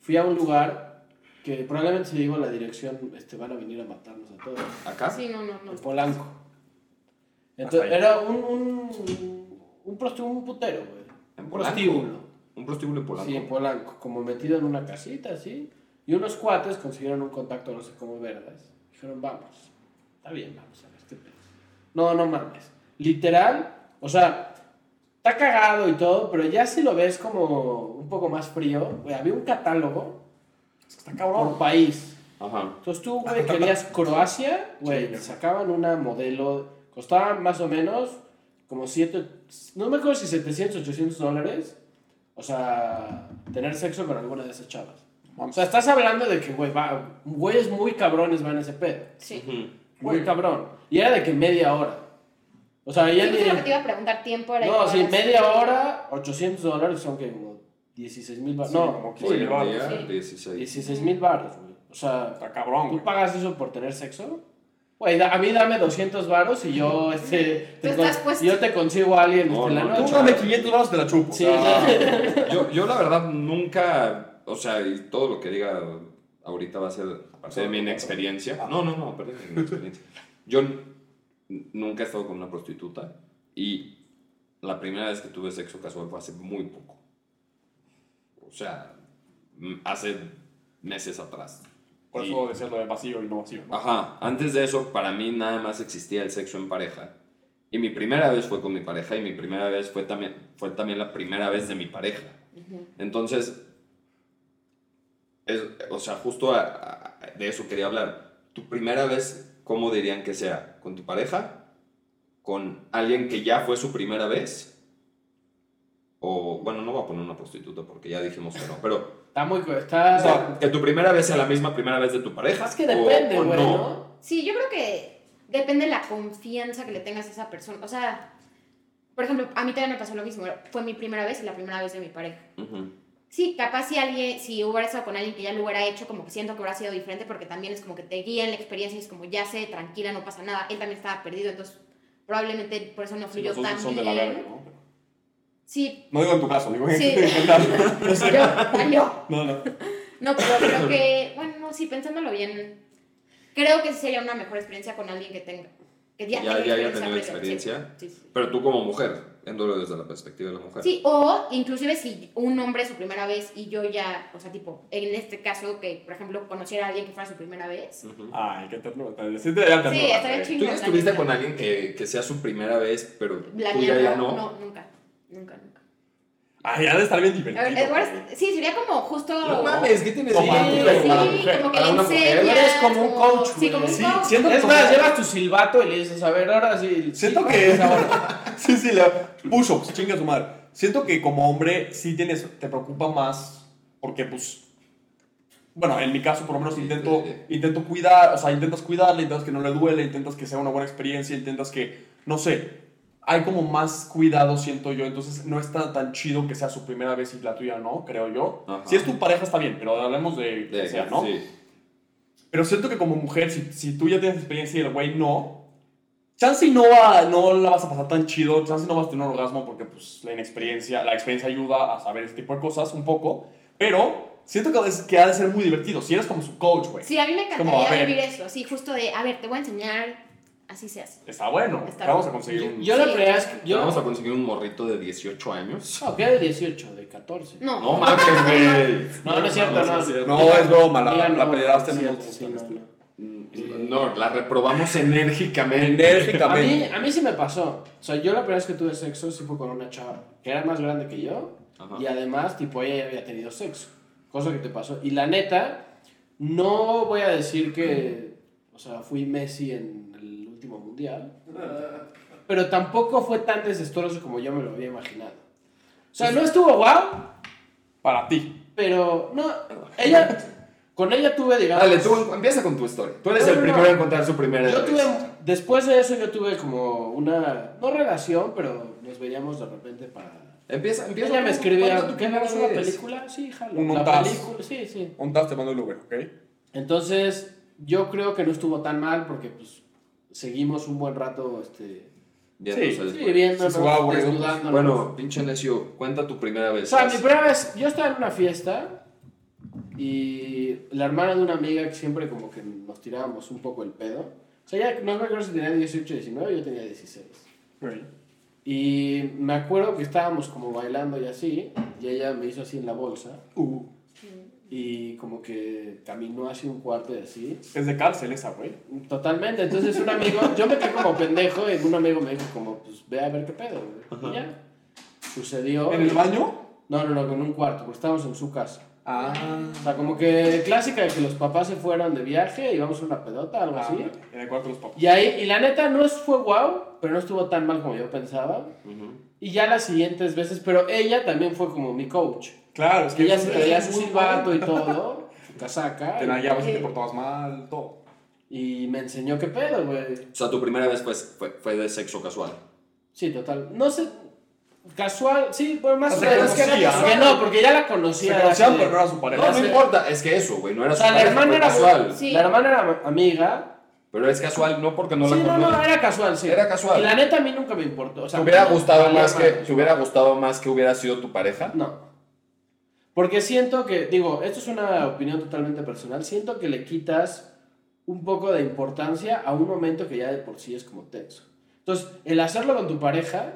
fui a un lugar que probablemente si digo la dirección este, van a venir a matarnos a todos. ¿Acá? Sí, no, no, no. En Polanco. Entonces, Hasta ahí. era un, un, un, prosti- un putero, güey. ¿En Un Polanco? prostíbulo. Un prostíbulo en Polanco. Sí, en Polanco, como metido en una casita, así. Y unos cuates consiguieron un contacto, no sé cómo verdes. Dijeron, vamos, está bien, vamos a ver qué pedo. No, no mames. Literal, o sea, está cagado y todo, pero ya si lo ves como un poco más frío, güey, había un catálogo Es que está cabrón. por país. Ajá. Entonces tú, güey, querías Croacia, güey, te sacaban una modelo, costaba más o menos como 7, no me acuerdo si 700, 800 dólares, o sea, tener sexo con alguna de esas chavas. O sea, estás hablando de que, güey, va, güeyes muy cabrones van a ese pedo, Sí. muy cabrón. Y era de que media hora. O sea, ya Sí, eso es lo que te ni... iba a preguntar tiempo era No, igual, sí, así. media hora, 800 dólares, son que como 16 mil baros. No, como Hoy en 15 baros. día, Sí. 16. 16 mil baros, güey. O sea... Está cabrón, ¿Tú güey. pagas eso por tener sexo? Güey, da- a mí dame 200 varos y yo, este, Tú te con- estás puesto. yo te consigo a alguien No, este, la no, noche. Tú dame 500 baros de la chupo. Sí, o sea, Yo, yo la verdad nunca, o sea, y todo lo que diga ahorita va a ser parte de mi inexperiencia. No, no, no, parte de mi inexperiencia. Yo n- nunca he estado con una prostituta y la primera vez que tuve sexo casual fue hace muy poco. O sea, m- hace meses atrás. Por Y- eso decía lo de vacío y no vacío. ¿no? Ajá, antes de eso para mí nada más existía el sexo en pareja. Y mi primera vez fue con mi pareja y mi primera vez fue también, fue también la primera vez de mi pareja. Entonces, es- o sea, justo a- a- a- de eso quería hablar. Tu primera vez, ¿cómo dirían que sea? ¿Con tu pareja? ¿Con alguien que ya fue su primera vez? O, bueno, no voy a poner una prostituta porque ya dijimos que no, pero Está muy... cu- Está... O sea, que tu primera vez sea la misma primera vez de tu pareja. es que o- depende, o güey, no. ¿no? Sí, yo creo que depende de la confianza que le tengas a esa persona. O sea, por ejemplo, a mí también me pasó lo mismo. Fue mi primera vez y la primera vez de mi pareja. Ujú. Sí, capaz si alguien, si hubiera estado con alguien que ya lo hubiera hecho, como que siento que hubiera sido diferente porque también es como que te guía en la experiencia y es como ya sé, tranquila, no pasa nada. Él también estaba perdido, entonces probablemente por eso no Sí, fluyó los dos tan son de bien. la verga, ¿no? Sí, No digo en tu caso, digo en Sí. en general. yo, valió. No, no. No, pero creo que, bueno, no, sí, pensándolo bien, creo que sí sería una mejor experiencia con alguien que tenga. Que ya, Ya- tenga ya haya tenido previa, experiencia. Sí, sí, sí. Pero tú como mujer, viéndolo desde la perspectiva de la mujer. Sí, o inclusive si un hombre es su primera vez y yo ya, o sea, tipo, en este caso que, por ejemplo, conociera a alguien que fuera su primera vez, Ujú. Ay, qué ternura. te- Sí, te da ternura. Sí, está bien güey. ¿Tú chingón. ya estuviste con alguien que, que sea su primera vez, pero La tú mía ya, ya no? no, no, nunca, nunca, nunca. Ay, ha de estar bien divertido. A ver, Edward, güey. sí, sería como justo... No mames, ¿qué tienes Sí, que Sí, para sí, mujer? como que Para le una mujer, enseñas, eres como un coach, Sí, como un güey. Sí, coach. siento Es que- más, llevas tu silbato y le dices, a ver, ahora sí. Siento sí, que- pues, ahora. Sí, sí, la push-ups, chinga su madre. Siento que como hombre sí tienes, te preocupa más porque pues, bueno, en mi caso por lo menos intento, intento cuidar, o sea, intentas cuidarle, intentas que no le duele, intentas que sea una buena experiencia, intentas que, no sé, hay como más cuidado, siento yo, entonces no está tan chido que sea su primera vez y la tuya no, creo yo. Ajá. Si es tu pareja está bien, pero hablemos de que De- sea, ¿no? sí. Pero siento que como mujer, si, si tú ya tienes experiencia y el güey no, chance y no, va, no la vas a pasar tan chido, chance y no vas a tener un orgasmo porque pues la inexperiencia, la experiencia ayuda a saber este tipo de cosas un poco, pero siento que, es, que ha de ser muy divertido, si eres como su coach, güey. Sí, a mí me Como, a encantaría ver. vivir eso, sí, justo de, a ver, te voy a enseñar, así se hace. Está bueno, Está vamos bueno. a conseguir un... Yo la Sí. primera vez que... Yo Yo vamos a conseguir un morrito de 18 años. No, que era de 18, de 14. No, No mames, güey. No, no es cierto, no. No, es broma, la, Mira, no, la pederasta sí, no sí, nos gusta, no, este. no. No, la reprobamos enérgicamente. A mí, Enérgicamente. a mí sí me pasó. O sea, yo la primera vez que tuve sexo sí fue con una chava que era más grande que yo Ajá. y además, tipo, ella ya había tenido sexo. Cosa que te pasó. Y la neta, no voy a decir que, o sea, fui Messi en el último mundial, pero tampoco fue tan desastroso como yo me lo había imaginado. O sea, no estuvo guau, Para ti. pero no, ella, con ella tuve, digamos... Dale, tú empieza con tu historia. Tú eres No, el no, primero no. en contar su primera Yo vez. tuve, después de eso yo tuve como una, no relación, pero nos veíamos de repente para... Empieza, empieza. Ella me tú. ¿Cuándo escribía, tu ¿qué primera vemos una vez? película? Sí, jalo. Un La montazo. película, sí, sí. Ondas te mando el Uber, ¿ok? Entonces, yo creo que no estuvo tan mal porque pues seguimos un buen rato, este... Ya Sí, tú sabes, Sí, güey. viéndonos, Sí, se va aburriendo. desnudándonos. Bueno, pinche necio, cuenta tu primera O vez. sea, mi primera vez, yo estaba en una fiesta y la hermana de una amiga que siempre como que nos tirábamos un poco el pedo. O sea, ya no me acuerdo si tenía 18 19, yo tenía 16. Y me acuerdo que estábamos como bailando y así, y ella me hizo así en la bolsa, Uh, y como que caminó hacia un cuarto y así. es de cárcel esa, güey. Totalmente, entonces un amigo, yo me quedé como pendejo, y un amigo me dijo como, pues ve a ver qué pedo, güey. Y ya, sucedió. ¿En el baño? No, no, no, con un cuarto, porque estábamos en su casa. Ah. O sea, como que clásica de que los papás se fueron de viaje, íbamos a una pedota, Ah, algo así. En el cuarto de los papás. Y ahí, y la neta no es- fue guau, pero no estuvo tan mal como yo pensaba. Y ya las siguientes veces, pero ella también fue como mi coach. Claro, es que ella eso se es- traía es su muy silbato y todo, su casaca. Te y- la guiabas y te portabas mal, todo. Y me enseñó qué pedo, güey. O sea, tu primera vez fue, fue, fue de sexo casual. Sí, total. No sé, casual, sí, bueno, más O o sea, menos. que que, conocía. que no, porque ya la conocía. Se era conocían, así de- pero no era su pareja. No, no sé. importa, es que eso, güey, no era O sea, su la pareja, hermana fue era casual. Sí. La hermana era amiga, Pero es casual no porque no sí, la no, conoces. no, era casual, sí. Era casual. Y la neta a mí nunca me importó. O sea, te hubiera me gustado valía más que madres. te hubiera gustado más que hubiera sido tu pareja. No. Porque siento que, digo, esto es una opinión totalmente personal, siento que le quitas un poco de importancia a un momento que ya de por sí es como tenso. Entonces, el hacerlo con tu pareja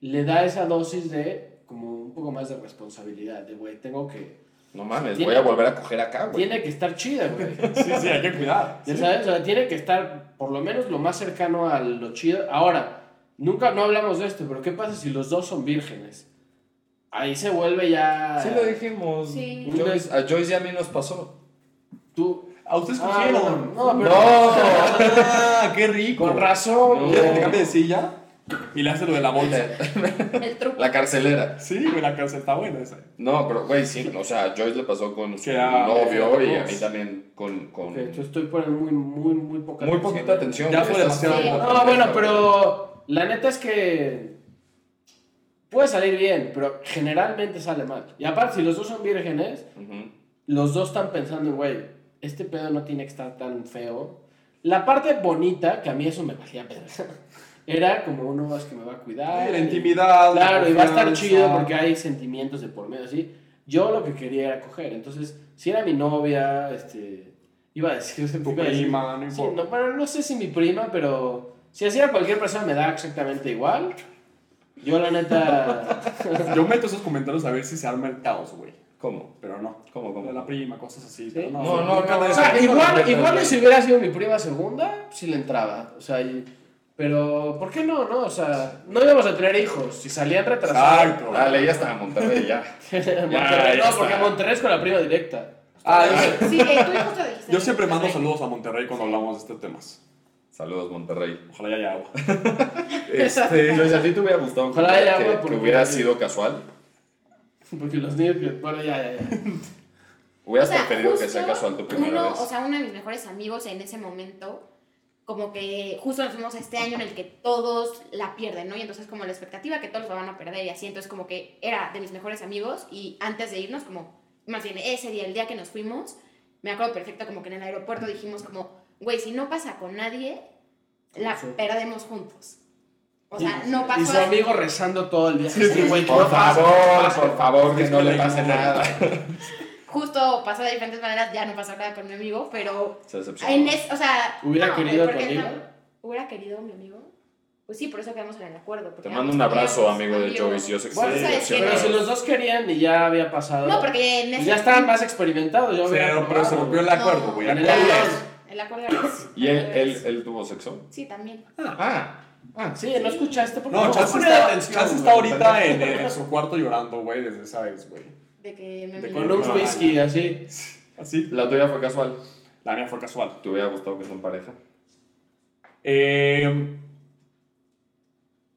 le da esa dosis de como un poco más de responsabilidad, de güey, tengo que... No mames, Tiene- voy a volver a coger acá, güey. Tiene que estar chida, güey. Sí, sí, hay que cuidar. Ya sabes, o sea, tiene que estar por lo menos lo más cercano a lo chido. Ahora, nunca no hablamos de esto, pero ¿qué pasa si los dos son vírgenes? Ahí se vuelve ya. Sí lo dijimos. Sí. Joyce- a Joyce y a mí nos pasó. Tú. A ustedes Ah, cogieron. no, no, pero- No. Ah, qué rico. Con razón. No. güey. ¿Quieres que te cambie de silla? Y le hace lo de la bolsa. El truco. La carcelera. Sí, güey, la cárcel está buena esa. No, pero güey, sí. O sea, a Joyce le pasó con su Que ah, a- novio y a Ross. mí también con. con Ok, yo estoy poniendo muy, muy, muy poca ¿eh? muy poquita atención. Ya güey, fue estás- demasiado. Sí. No, bueno, pero la neta es que puede salir bien, pero generalmente sale mal. Y aparte, si los dos son vírgenes, Ujú. los dos están pensando, güey, este pedo no tiene que estar tan feo. La parte bonita, que a mí eso me valía pensar, era como uno es que me va a cuidar. La y- intimidad. la Claro, y va a estar confianza. chido porque hay sentimientos de por medio, así. Yo lo que quería era coger, entonces, si era mi novia, este, iba a decir, Tu iba a decir- prima, no Sí, importa. no, bueno, no sé si mi prima, pero si hacía cualquier persona me da exactamente igual. Yo la neta... Yo meto esos comentarios a ver si se arma el caos, güey. ¿Cómo? Pero no. ¿Cómo, Lo de la cómo? prima, cosas así. Sí. pero No, No, no, nunca no, me- O sea, Sí, igual, no, igual no, y si hubiera sido mi prima segunda, si le entraba. O sea, y- pero ¿por qué no? No, o sea, no íbamos a tener hijos. Si salían retrasados... Exacto. Dale, ya está, Monterrey, ya. Ya, Monterrey, ya no, porque está. Monterrey es con la prima directa. Ah, yo, Sí, eh, tú justo dijiste. yo siempre mando saludos a Monterrey cuando hablamos de estos temas. Saludos, Monterrey. Ojalá ya haya agua. Este, Joyce, a ti te hubiera gustado Ojalá haya que- agua, que porque- hubiera sido casual. Porque los niños que... Bueno, ya, ya, ya. O Hubieras sea, preferido que justo sea casual tu primera uno, vez. O sea, uno de mis mejores amigos en ese momento, como que justo nos fuimos a este año en el que todos la pierden, ¿no? Y entonces como la expectativa que todos la van a perder y así, entonces como que era de mis mejores amigos y antes de irnos, como, más bien ese día, el día que nos fuimos, me acuerdo perfecto como que en el aeropuerto dijimos como, güey, si no pasa con nadie, la Sí. perdemos juntos. O sea, Y- no Y pasó su así. amigo rezando todo el día. Sí, güey, que Por no pase, que no favor, pase. por favor, que Es no que le la pase ignoran. nada. Justo pasó de diferentes maneras, ya no pasó nada con mi amigo, pero Se decepcionó. En es- o sea, ¿Hubiera no, querido porque a tu amigo? no- ¿Hubiera querido a mi amigo? Pues sí, por eso quedamos en el acuerdo. porque Te mando ambos un abrazo, queríamos, amigo de Joyce. Yo sé que Bueno, estoy ¿sabes qué? Pero si decepcionado. los dos querían y ya había pasado. No, porque en Pues ese ya estaban más experimentados. Yo hubiera Pero, pero se probado. rompió el No, acuerdo, güey. en el Acuerdo. avión. El acuerdo era ese, ¿Y el él, acuerdo era él, ese. él tuvo sexo? Sí, también. Ah, ah. Sí, no escuchaste porque No, Chance pone está, atención, Chance güey. está ahorita en, en su cuarto llorando, güey, desde esa vez, güey. De que me De Con miró. un whisky así. Así. La tuya fue casual. La mía fue casual. ¿Te hubiera gustado que sean pareja? Eh,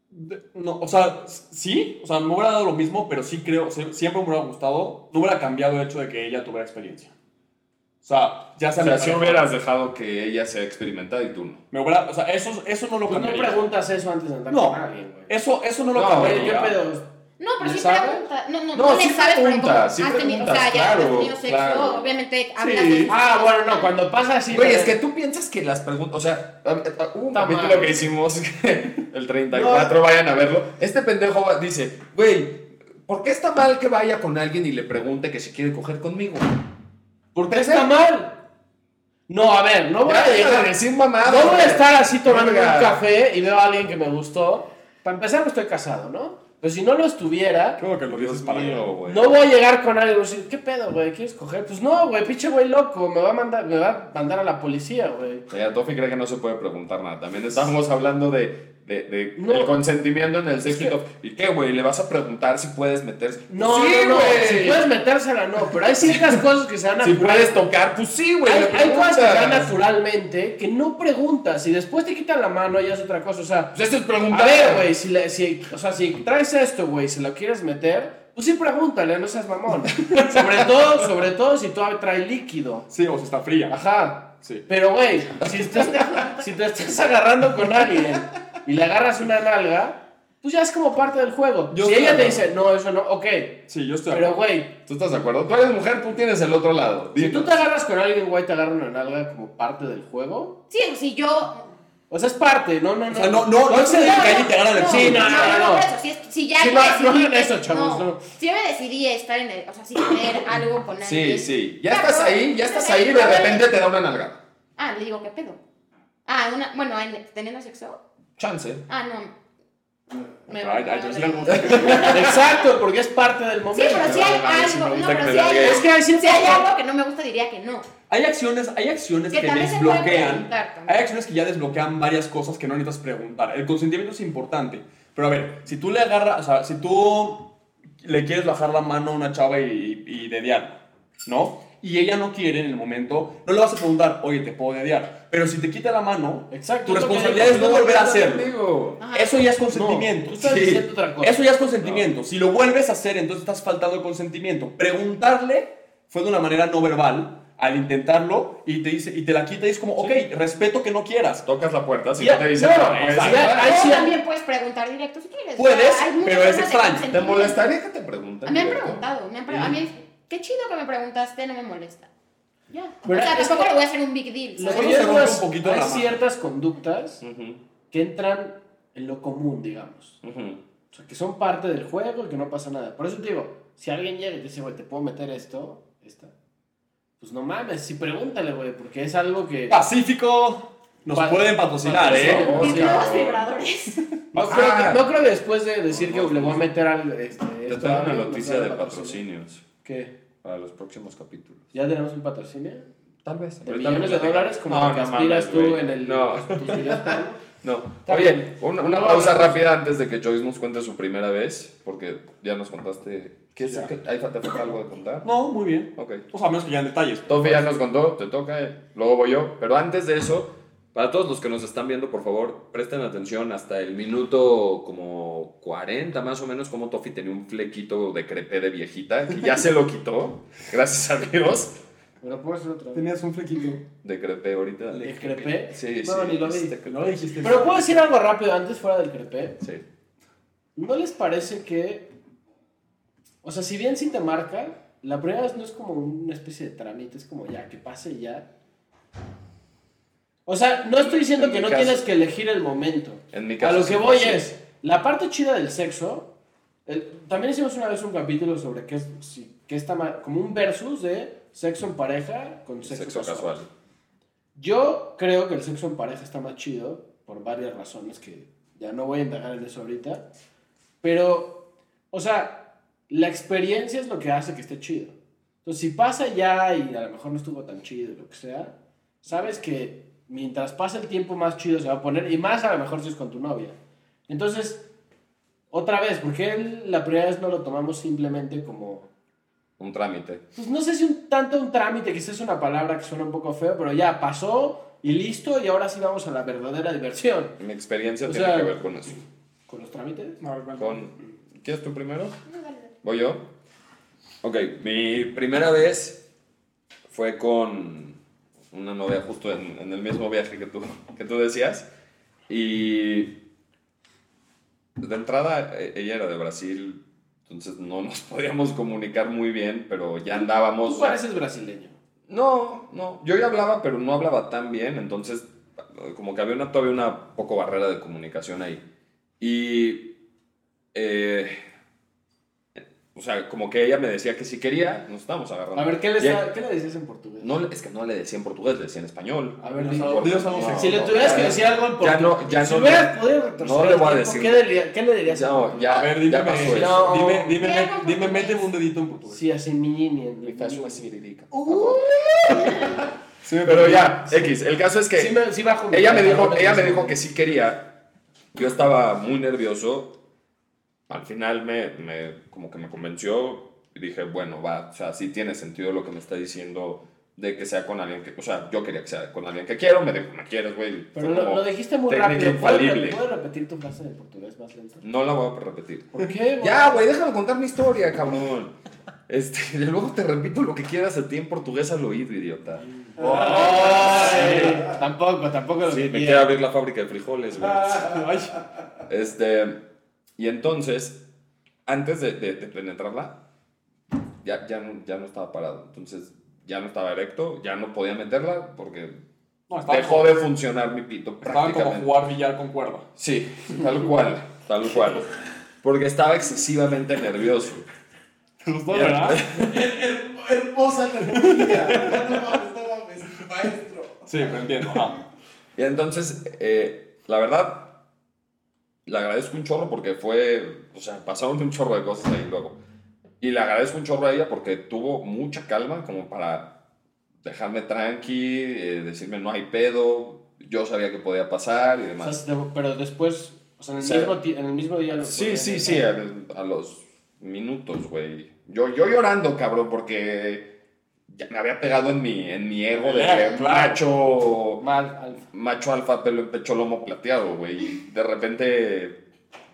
de- no, o sea, s- sí, o sea, me hubiera dado lo mismo, pero sí creo, se- siempre me hubiera gustado, no hubiera cambiado el hecho de que ella tuviera experiencia. O sea, ya O sea, sea, me si hubieras dejado que ella sea experimentada y tú no. Me hubiera, o sea, eso, eso no lo Pues no cambiaría. preguntas eso antes de andar No. con alguien, güey. eso, eso no lo No, Güey, cambiaría. ¿qué pedo? No, pero ¿Le sí sabes? pregunta. No, no, No, no le sí sabes porque preguntas, como sí has tenido, o sea, preguntas, ya has claro, tenido sexo, claro. obviamente hablas Sí. de Ah, bueno, no, cuando pasa así. Güey, pero- es que tú piensas que las preguntas, o sea, a- a- hubo un Está capítulo mal. que hicimos, el 34, vayan a verlo, este pendejo va- dice, güey, ¿por qué está mal que vaya con alguien y le pregunte que si quiere coger conmigo? ¿Por qué está mal? No, a ver, no voy a Ya deja llegar. de decir mamada. No voy a güey. estar así tomando un Verga. café y veo a alguien que me gustó. Para empezar, no estoy casado, ¿no? Pero si no lo estuviera, Creo que lo dices Dios para mío, güey. No voy a llegar con algo y decir, ¿qué pedo, güey? ¿Quieres coger? Pues no, güey, pinche güey loco, me va a mandar, me va a mandar a la policía, güey. Mira, Tofi cree que no se puede preguntar nada. También estábamos hablando de, de, de No. el consentimiento en el sexo. y todo. ¿Y qué, güey? ¿Le vas a preguntar si puedes meterse? No, Pues sí, no, no, güey. si puedes metérsela, no, pero hay ciertas cosas que se dan Si naturalmente. puedes tocar, pues sí, güey. Hay, le hay cosas que se dan preguntas. naturalmente que no preguntas y después te quitan la mano y es otra cosa, o sea, Pues esto es a preguntar. ver, güey, si, le- si, o sea, si traes esto, güey, si lo quieres meter, pues sí pregúntale, no seas mamón. sobre todo, sobre todo si tú traes líquido. Sí, o sea, está fría. Ajá. Sí. Pero, güey, si, estás- si te estás agarrando con alguien y le agarras una nalga, pues ya es como parte del juego. Yo si estoy ella de te dice, no, eso no, ok. Sí, yo estoy de Pero, acuerdo. güey, ¿Tú estás de acuerdo? Tú eres mujer, tú tienes el otro lado. si tú Dinos. te agarras con alguien, güey, te agarra una nalga como parte del juego. Sí, o sea, yo. O sea, es parte, no, no, no. O sea, no, no, no es se de- dedica ahí y te agarra del Sí, culo. no, no, no. por eso, Si, es- si ya Sí, me no, no decidí hagan que- eso, chavos, no. Si yo me decidí a estar en el, o sea, si tener algo con Sí, alguien. sí. Ya claro, estás ahí, ya o sea, estás ahí y de no, repente te da una nalgada. Ah, le digo, ¿qué pedo? Ah, una, bueno, en- teniendo sexo. Chance. Ah, no. Me Ay, ay, no, yo sí no, algo- no. Exacto, porque es parte del Sí, momento. pero si Pero hay no mames, algo, si me no, gusta que pero me si hay, largue. Es que hay si ciertas hay cosas- algo que no me gusta, diría que no. Hay acciones, hay acciones Que que, también se puede desbloquean. preguntar también. Hay acciones que ya desbloquean varias cosas que no necesitas preguntar. El consentimiento es importante. Pero a ver, si tú le agarras, o sea, si tú le quieres bajar la mano a una chava y, y, y dediar, ¿no? y ella no quiere en el momento, no le vas a preguntar, oye, te puedo odiar. Pero si te quita la mano, Exacto. Tu es lo que responsabilidad digo, es no estoy volver a hablando hacerlo. contigo. Ajá. eso ya es No, consentimiento. tú estás Sí. diciendo otra cosa. Eso ya es consentimiento. Si lo vuelves a hacer, entonces estás faltando el consentimiento. Preguntarle fue de una manera no verbal al intentarlo y te, dice, y te la quita y es como, ok, respeto que no quieras. Tocas la puerta, si Ya, no te dicen no, nada, puedes exacto. entrar. Ahí sí O hay- también puedes preguntar directo si quieres. Puedes, O sea, hay muchas pero es formas de extraño. consentimiento. ¿Te molestaría que te pregunten? Me han preguntado, me han pre- a mí, qué chido que me preguntaste, no me molesta. Ya. Pero o sea, es tampoco que- le voy a hacer un big deal. Lo ¿sabes? que Solo yo se digo rompe es, un poquito hay la mano. ciertas conductas Ujú, que entran en lo común, digamos. ujú. O sea, que son parte del juego y que no pasa nada. Por eso te digo, si alguien llega y te dice, güey, ¿te puedo meter esto? Esta. Pues no mames, sí pregúntale, güey, porque es algo que... Pacífico, nos Pa- pueden patrocinar, ¿eh? patrocinar. Mis Sí, nuevos cabrón. vibradores. No, creo Ah. que, no creo que después de decir No, que le voy a no. meter al... Este, Te esto tengo a una alguien, noticia nos de dan patrocinios ¿Qué? para los próximos capítulos. ¿Ya tenemos un patrocinio? Tal vez. ¿De millones de dólares como No, lo que no aspiras mames, tú güey. en el... No. tus videos, Pablo? No. Está Oye, bien. una, una No, pausa hablamos. rápida antes de que Joyce nos cuente su primera vez, porque ya nos contaste. ¿Qué es? ¿Qué- ¿Ahí fa- te falta algo de contar? No, muy bien. Ok. O sea, a menos que ya en detalles. Tofi ya nos contó, te toca, eh, luego voy yo. Pero antes de eso, para todos los que nos están viendo, por favor, presten atención hasta el minuto como 40 más o menos, como Tofi tenía un flequito de crepé de viejita, que ya se lo quitó, gracias a Dios. ¿Me lo puedo hacer otra vez? Tenías un flequito. De crepé ahorita. ¿El crepé? Sí, No, sí, ni lo vi. este No crepé. dijiste. Pero puedo decir algo rápido antes fuera del crepé. Sí. ¿No les parece que... O sea, si bien sí te marca, la primera vez no es como una especie de trámite, es como ya, que pase y ya. O sea, no estoy diciendo En que mi no caso- tienes que elegir el momento. En mi A caso. lo sí que fue voy así. es, la parte chida del sexo, el- también hicimos una vez un capítulo sobre qué, es- si- qué está mal, como un versus de sexo en pareja con sexo, Sexo casual. casual. Yo creo que el sexo en pareja está más chido por varias razones que ya no voy a indagar en eso ahorita. Pero, o sea, la experiencia es lo que hace que esté chido. Entonces, si pasa ya y a lo mejor no estuvo tan chido, lo que sea, sabes que mientras pasa el tiempo más chido se va a poner y más a lo mejor si es con tu novia. Entonces, otra vez, porque la primera vez no lo tomamos simplemente como Un trámite. pues no sé si un tanto un trámite, quizás es una palabra que suena un poco feo, pero ya pasó y listo y ahora sí vamos a la verdadera diversión. Mi experiencia O tiene sea- que ver con eso. ¿Con los trámites? Con... ¿Quieres tú primero? No, dale, dale. ¿Voy yo? Ok, mi primera vez fue con una novia justo en, en el mismo viaje que tú, que tú decías. Y de entrada, e- ella era de Brasil, entonces no nos podíamos comunicar muy bien, pero ya andábamos... Tú pareces brasileño. No, no. Yo ya hablaba, pero no hablaba tan bien, entonces como que había una, todavía una poco barrera de comunicación ahí. Y... eh, o sea, como que ella me decía que si quería, nos estábamos agarrando. A ver, ¿qué le, Y ella- ¿qué le decías en portugués? No, le- es que no le decía en portugués, le decía en español. A ver, Dios dime. amor, Dios amor. Ah, No, Si le no, tuvieras ya, que ya. decir algo en Ya portugués. no, ya si no. hubieras podido retorcer No le el voy a tiempo, decir. ¿qué, diría- qué le dirías? en No, portugués? ya, A ver, dime, ya pasó eso. No. dime, dime, ¿Qué hago me- con dime, tu méteme ex? un dedito en portugués. Sí, así mini en Mi caso es siririca. Uh, Sí, me Pero perdí. ya, X, el caso es que... Sí, me- sí bajo mi Ella me dijo, pantalón, ella me entonces, dijo que sí quería. Yo estaba muy nervioso. Al final me, me- como que me convenció y dije, bueno, va, o sea, sí tiene sentido lo que me está diciendo de que sea con alguien que, o sea, yo quería que sea con alguien que quiero, me dijo, me quieres, güey. Fue Pero lo, como lo dijiste muy técnica rápido. ¿Puedes, re- infalible. puedes repetir tu frase en portugués más lento? No la voy a repetir. ¿Por qué? güey? Ya, güey, déjame contar mi historia, cabrón. Este, y luego te repito lo que quieras a ti en portugués al oído, idiota. Ay, Tampoco, tampoco lo que Sí, me quieras. quiere abrir la fábrica de frijoles, güey. Ay. Este, y entonces, antes de, de- de penetrarla, ya, ya, no, ya no estaba parado. Entonces, ya no estaba erecto, ya no podía meterla porque No, estaba dejó de funcionar mi pito Estaban como prácticamente. jugar billar con cuerda. Sí, tal cual, tal cual. Porque estaba excesivamente nervioso. ¿Te gustó, Ya. verdad? Hermosa analogía. No mames, no mames, maestro. Sí, me entiendo. ajá. Y entonces, eh, la verdad, le agradezco un chorro porque fue, o sea, pasaron un chorro de cosas ahí luego. Y le agradezco un chorro a ella porque tuvo mucha calma como para dejarme tranqui, eh, decirme no hay pedo, yo sabía que podía pasar y O sea, demás. se te- pero después, o sea, en el, Sí. mismo, ti- en el mismo día lo Sí, podían sí, estar. sí, eh. a, a los minutos, güey. Yo, yo llorando, cabrón, porque ya me había pegado en mi, en mi ego de Claro. macho, Mal, alfa. macho alfa, pelo en pecho, lomo plateado, güey. Y de repente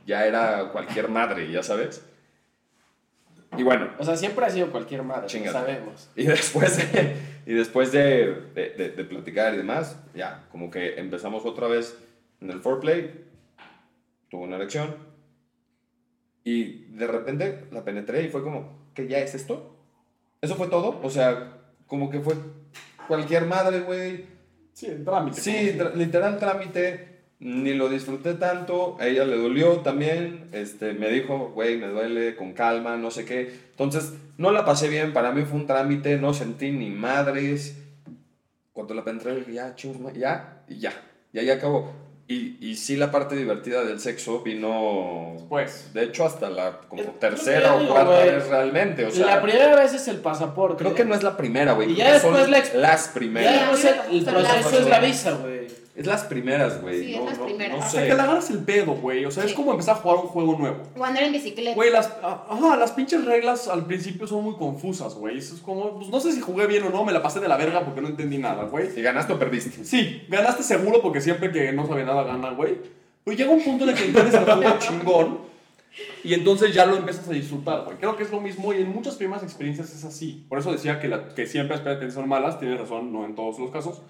ya era cualquier madre, ya sabes. Y bueno, O sea, siempre ha sido cualquier madre, lo Chingate. sabemos. y después de, y después de, de- de- de platicar y demás, ya, como que empezamos otra vez en el foreplay, tuvo una erección y de repente la penetré y fue como, ¿qué ya es esto? ¿Eso fue todo? O sea, como que fue cualquier madre, güey. Sí, el trámite. Sí, tra- literal trámite, ni lo disfruté tanto, a ella le dolió también, este, me dijo, güey, me duele, con calma, no sé qué. Entonces, no la pasé bien, para mí fue un trámite, no sentí ni madres. Cuando la penetré, dije, ya, chus, ma- ya, y ya, y ahí acabó. Y, y sí, la parte divertida del sexo vino... Después. De hecho, hasta la como Es- tercera o digo, cuarta güey, vez realmente, o sea... la primera vez es el pasaporte. Creo que no es la primera, güey. Y creo ya que son después la ex- las Ya primeras. después el, el Son proceso las- es la visa, güey. Es las primeras, güey. Sí, es no, las no- primeras. no Hasta sé. que le agarras el pedo, güey. O sea, es Sí. como empezar a jugar un juego nuevo. O andar en bicicleta. Güey, las, ah, ajá, las pinches reglas al principio son muy confusas, güey. Eso es como, pues no sé si jugué bien o no, me la pasé de la verga porque no entendí nada, güey. Si ganaste o perdiste. Sí, ganaste seguro porque siempre que no sabe nada gana, güey. Pero llega un punto en el que entiendes el juego chingón y entonces ya lo empiezas a disfrutar, güey. Creo que es lo mismo y en muchas primeras experiencias es así. Por eso decía que, la, que siempre las primeras experiencias son malas, tienes razón, no en todos los casos.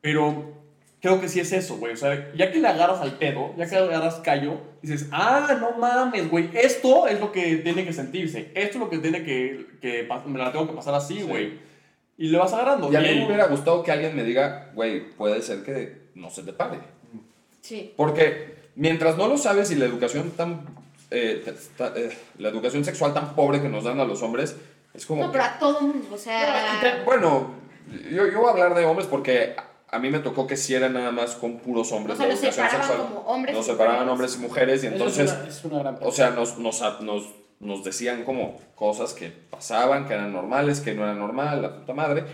Pero creo que sí es eso, güey. O sea, ya que le agarras al pedo, ya que le agarras callo, dices, ah, no mames, güey. Esto es lo que tiene que sentirse. Esto es lo que tiene que, que pas- me la tengo que pasar así, Sí. güey. Y le vas agarrando. Y a mí güey. me hubiera gustado que alguien me diga, güey, puede ser que no se te pare. Sí. Porque mientras no lo sabes y la educación tan. eh, t- ta- eh, la educación sexual tan pobre que nos dan a los hombres, es como. eh, No, pero a todo mundo, o sea. Bueno, yo, yo voy a hablar de hombres porque a mí me tocó que si era nada más con puros hombres. O sea, la los educación separaban sexual. como hombres Nos y separaban mujeres. hombres y mujeres y Eso entonces. es, una, es una gran O sea, nos, nos, nos, nos decían como cosas que pasaban, que eran normales, que no eran normal, la puta madre.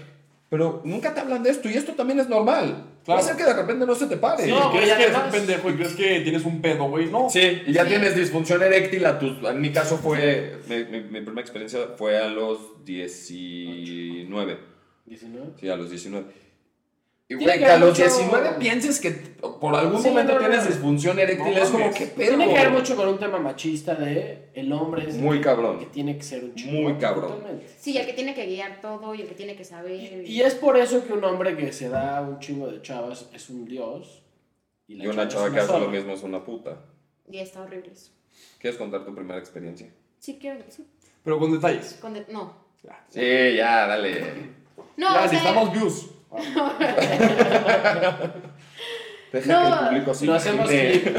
Pero nunca te hablan de esto y esto también es normal. Va Claro. a ser que de repente no se te pare. Sí, No, crees güey, que eres un además- pendejo y crees que tienes un pedo, güey. No. Sí, y ya Sí. tienes disfunción eréctil. A tus, en mi caso fue, mi, mi- mi primera experiencia fue a los 19. 19. Sí, a los 19. Y Tiene güey, que que a haber los mucho- 19 pienses que t- por algún Sí, momento no, no, tienes no. disfunción eréctil. No es como, mames. que pedo? Tiene que ver mucho con un tema machista de el hombre es el Muy que- cabrón. que tiene que ser un chico. Muy cabrón. Totalmente. Sí, el que tiene que guiar todo y el que tiene que saber. Y es por eso que un hombre que se da un chingo de chavas es un dios. la Y una es chava una que hace lo zorra. mismo es una puta. y está horrible eso. ¿Quieres contar tu primera experiencia? Sí, quiero. Sí, Pero con detalles. con de- no. Sí, ya, dale. ya, No, o sea, necesitamos views. Deja No, que el público se Lo hacemos imagine. clip.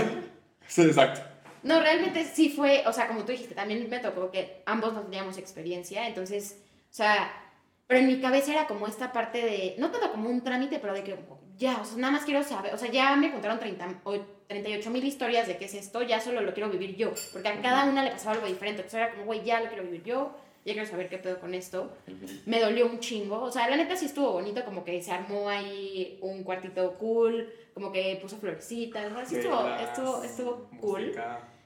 Sí, exacto. no, realmente sí fue, o sea, como tú dijiste, también me tocó que ambos no teníamos experiencia, entonces, o sea, pero en mi cabeza era como esta parte de, no tanto como un trámite, pero de que ya, o sea, nada más quiero saber, o sea, ya me contaron 30, o 38 mil historias de qué es esto, ya solo lo quiero vivir yo, porque a cada una le pasaba algo diferente, entonces era como, güey, ya lo quiero vivir yo, ya quiero saber qué pedo con esto. me dolió un chingo. O sea, la neta sí estuvo bonito, como que se armó ahí un cuartito cool, como que puso florecitas, ¿no? Sí estuvo, estuvo, estuvo cool.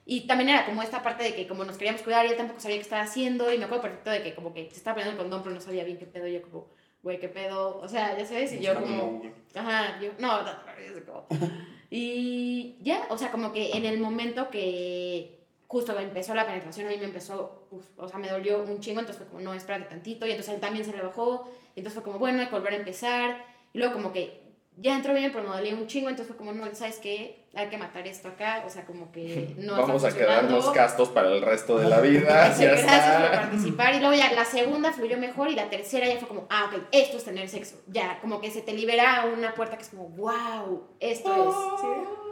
Y también era como esta parte de que como nos queríamos cuidar, y él tampoco sabía qué estaba haciendo y me acuerdo perfecto de que como que se estaba poniendo el condón, pero no sabía bien qué pedo, y yo como, güey, qué pedo, o sea, ya sabes, y yo como... Ajá, yo, no, no, no, yo como- Y ya, o sea, como que en el momento que justo empezó la penetración, a mí me empezó, uf, o sea, me dolió un chingo, entonces fue como, no, espérate tantito, y entonces él también se le bajó, y entonces fue como, bueno, hay que volver a empezar, y luego como que ya entró bien, pero me dolió un chingo, entonces fue como, no, ¿sabes qué? Hay que matar esto acá, o sea, como que no está Vamos a funcionando. quedarnos castos para el resto de la vida. Sí, ya gracias por está. participar. Y luego ya la segunda fluyó mejor y la tercera ya fue como, ah, ok, esto es tener sexo. Ya, como que se te libera una puerta que es como, wow, esto es.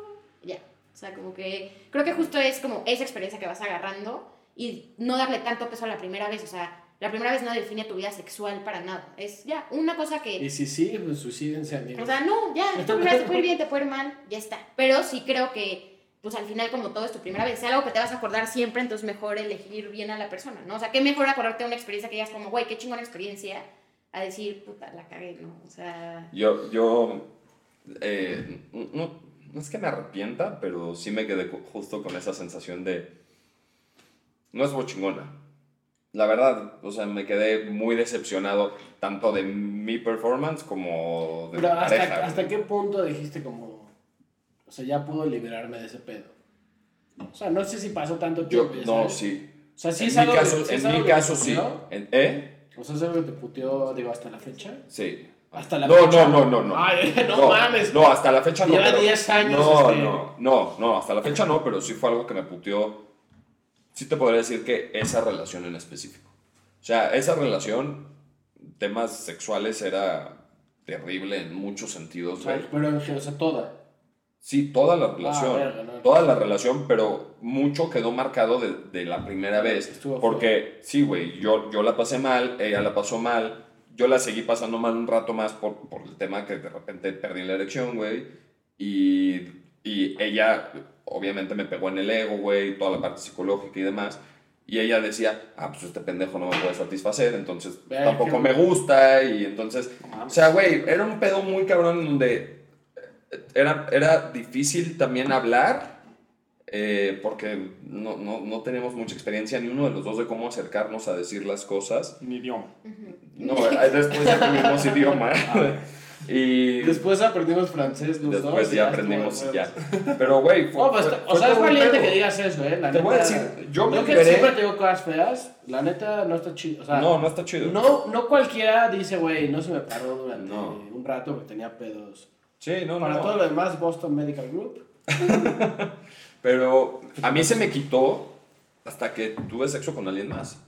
Ya. O sea, como que creo que justo es como esa experiencia que vas agarrando y no darle tanto peso a la primera vez. O sea, la primera vez no define tu vida sexual para nada. Es ya una cosa que Y si sí, pues suicídense, amigos. o sea, no, ya, es tu primera vez, te puede ir bien, te puede ir mal, ya está. Pero sí creo que, pues al final, como todo es tu primera vez, es algo que te vas a acordar siempre, entonces mejor elegir bien a la persona, ¿no? O sea, qué mejor acordarte de una experiencia que digas como, güey, qué chingona experiencia, a decir, puta, la cagué, ¿no? O sea, Yo, yo, eh, no, no es que me arrepienta, pero sí me quedé cu- justo con esa sensación de, no es chingona la verdad, o sea, me quedé muy decepcionado tanto de mi performance como de mi Pero pareja. hasta, güey. ¿hasta qué punto dijiste como... O sea, ya puedo liberarme de ese pedo? O sea, no sé si pasó tanto Yo, tiempo. ya no, sabes. sí. O sea, sí en es mi algo que- caso, sí es en algo mi que te caso sí. puteó. En- ¿Eh? O sea, es algo que te puteó, digo, hasta la fecha. Sí. Hasta la no, fecha. No, no, no, no. Ay, no mames. No, hasta la fecha no. Lleva pero- 10 años, No, este. no, no, no, hasta la fecha no, pero sí fue algo que me puteó. Sí te podría decir que esa relación en específico. O sea, esa relación, temas sexuales era terrible en muchos sentidos. O sea, güey. pero, en gen- o sea, toda. Sí, toda la relación. Ah, verga, no. Toda la relación, pero mucho quedó marcado de, de la primera vez. Estuvo porque, sí, güey, yo, yo la pasé mal, ella la pasó mal, yo la seguí pasando mal un rato más por, por el tema que de repente perdí la erección, güey. Y, y ella, obviamente, me pegó en el ego, güey, toda la parte psicológica y demás. Y ella decía, ah, pues este pendejo no me puede satisfacer, entonces Verga. tampoco me gusta. Y entonces, o sea, güey, era un pedo muy cabrón donde eh, era, era difícil también hablar eh, porque no, no, no tenemos mucha experiencia ni uno de los dos de cómo acercarnos a decir las cosas. Ni idioma. No, eh, después ya tuvimos idioma. y Ah. después, Después aprendimos francés los dos. y ya aprendimos estuvo y de ya. huevos. Pero, güey, fue- No, pues, fue- o fue sea, es todo un valiente pedo. que digas eso, ¿eh? La Te voy a neta- decir, yo me Yo que liberé. siempre te digo cosas feas, la neta no está chido. O sea, No, no está chido. ah, no, no cualquiera dice, güey, no se me paró durante No. un rato porque tenía pedos. Sí, no, Para no. todo lo demás, Boston Medical Group. Pero a mí se me quitó hasta que tuve sexo con alguien más.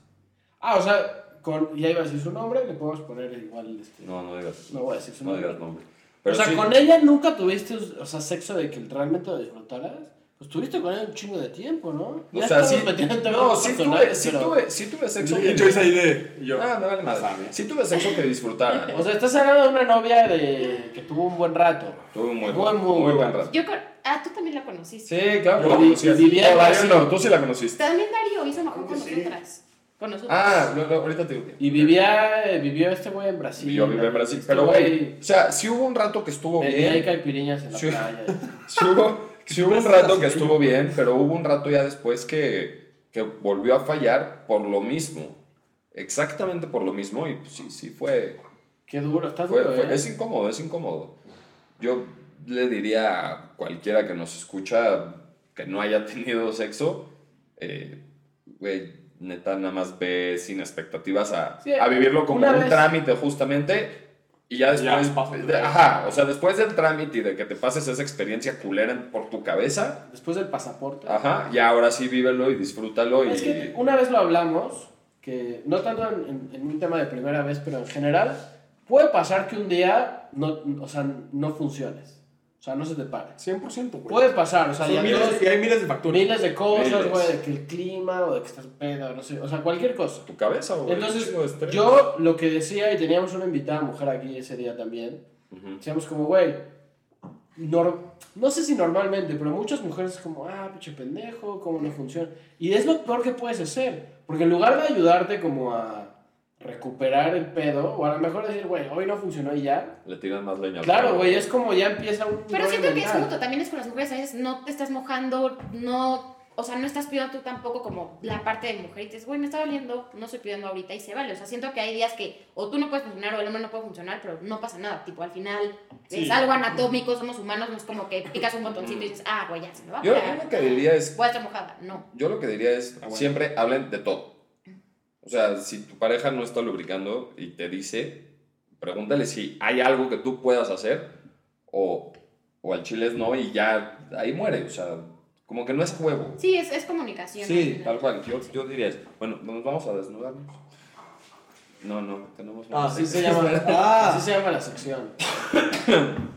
Ah, o sea, con, ya iba a decir su nombre, le podemos poner igual. Este, No, no digas. No voy a decir su No nombre. digas nombre. Pero o sea, sí, con ella nunca tuviste, o sea, sexo de que realmente lo disfrutaras. Pues tuviste con ella un chingo de tiempo, ¿no? O sea, sí. No, sí tuve, personales, sí pero- tuve, sí tuve sexo. Y yo hice ahí de. y yo, Ah, me vale más. Sabe. Sí tuve sexo que disfrutara. O sea, estás hablando de una novia de que tuvo un buen rato. Tuve un buen, Muy, muy, muy buen bueno. rato. Yo con- Ah, tú también la conociste. Sí, claro. Yo la di- conocías. yo diría No, que Darío sí. no, tú sí la conociste. También Darío hizo mejor con Sí. nosotras. Con nosotros. Ah, no, no, ahorita te digo. Y vivía, eh, vivió este güey en Brasil. yo viví en Brasil. Este Pero, güey, o sea, sí hubo un rato que estuvo Bebía ahí bien. caipiriñas en la Sí. playa. Sí hubo, sí hubo un rato que estuvo bien, pero hubo un rato ya después que, que volvió a fallar por lo mismo. Exactamente por lo mismo. Y pues, sí, sí fue. Qué duro, estás Fue- duro, fue- ¿eh? es incómodo, es incómodo. Yo le diría a cualquiera que nos escucha que no haya tenido sexo, eh, güey, neta, nada más ve sin expectativas a, Sí, a vivirlo como una un vez. tramite justamente. Y ya Ya, después, paso otra de- vez. ajá, o sea, después del trámite y de que te pases esa experiencia culera en- por tu cabeza, Después del pasaporte. ajá, ya ahora sí vívelo y disfrútalo Es y... que una vez lo hablamos, que no tanto en, en- en un tema de primera vez, pero en general, puede pasar que un día no, o sea, no funciones. O sea, no se te pare. 100%, güey. Puede pasar, o sea, Son ya miles- todos- y hay miles de factores. miles de cosas, Miles. güey, de que el clima o de que estás pedo, no sé, o sea, cualquier cosa. Tu cabeza, güey. Entonces, chingo de estrés. yo lo que decía, y teníamos una invitada mujer aquí ese día también, Ujú. decíamos como, güey, nor- no sé si normalmente, pero muchas mujeres es como, ah, pinche pendejo, cómo no funciona. Y es lo peor que puedes hacer, porque en lugar de ayudarte como a recuperar el pedo, o a lo mejor decir, güey, hoy no funcionó y ya. Le tiran más leña. al Claro, fuego. güey, es como ya empieza un... Pero rollo "Ah, siento que es mental. mutuo, también es con las mujeres, a veces no te estás mojando, no, o sea, no estás pidiendo tú tampoco como la parte de mujer y dices, güey, me está doliendo, no estoy pidiendo ahorita y se vale. O sea, siento que hay días que o tú no puedes funcionar o el hombre no puede funcionar, pero no pasa nada, tipo, al final Sí. es algo anatómico, somos humanos, no es como que picas un botoncito y dices, ah, güey, ya se me va a Yo parar, lo que diría es Voy a estar mojada, no. Yo lo que diría es, bueno. siempre hablen de todo. O sea, si tu pareja no está lubricando y te dice, pregúntale si hay algo que tú puedas hacer o, o al chile es no y ya ahí muere. O sea, como que no es juego. Sí, es, es comunicación. al Sí, final. tal cual. Yo, yo diría eso. Bueno, nos vamos a desnudarnos. No, no, tenemos... Ah, Así se llama, Ah. así se llama la sección.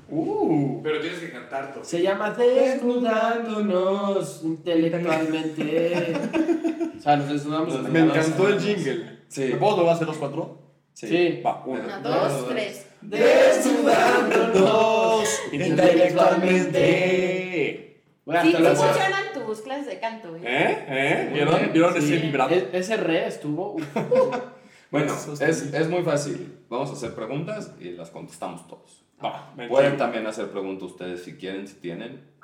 Uh. Pero tienes que cantarlo. Se llama Desnudándonos intelectualmente. o sea, nos desnudamos. Me encantó el jingle. Sí. ¿Me puedo hacer los cuatro? Sí. Va, uno. Una, dos, tres. Desnudándonos intelectualmente. Bueno, Sí, hasta sí lo- funcionan tus clases de canto, ¿eh? ¿Eh? ¿Eh? ¿Vieron? ¿Vieron Sí. ese vibrato? E- ese re estuvo. uf. Bueno, Eso está es, bien. es muy fácil. Vamos a hacer preguntas y las contestamos todos. Va, me Pueden entrego. también hacer preguntas ustedes si quieren, si tienen.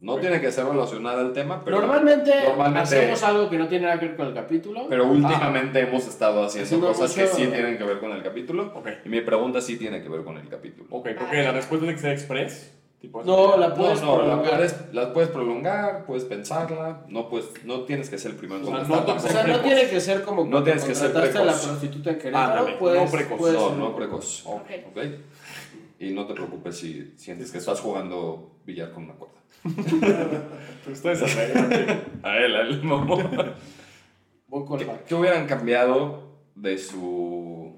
No tiene que ser relacionada al tema, pero, normalmente, normalmente- hacemos algo que no tiene nada que ver con el capítulo. pero últimamente hemos estado haciendo Haciendo cosas que mucho- sí tienen que ver con el capítulo. Ok, Y mi pregunta sí tiene que ver con el capítulo. ok, creo que la respuesta tiene que ser express. Tipo, no, la No, puedes no, la prolongar. puedes, la puedes prolongar, puedes pensarla, no, puedes, no tienes que ser el primero en O sea, no contestarla. O sea, no Precoz. tiene que ser como No cuando tienes que ser contrataste a la precoz. prostituta en Querétaro. Ándale, no puedes, precoz, puedes- No, no precoz. Ok. ¿Ok? Y no te preocupes si sientes que estás jugando billar con una cuerda. Ustedes se arreglan, tío. A él, a él, mamón. Voy con ¿Qué, Mark. qué hubieran cambiado de su,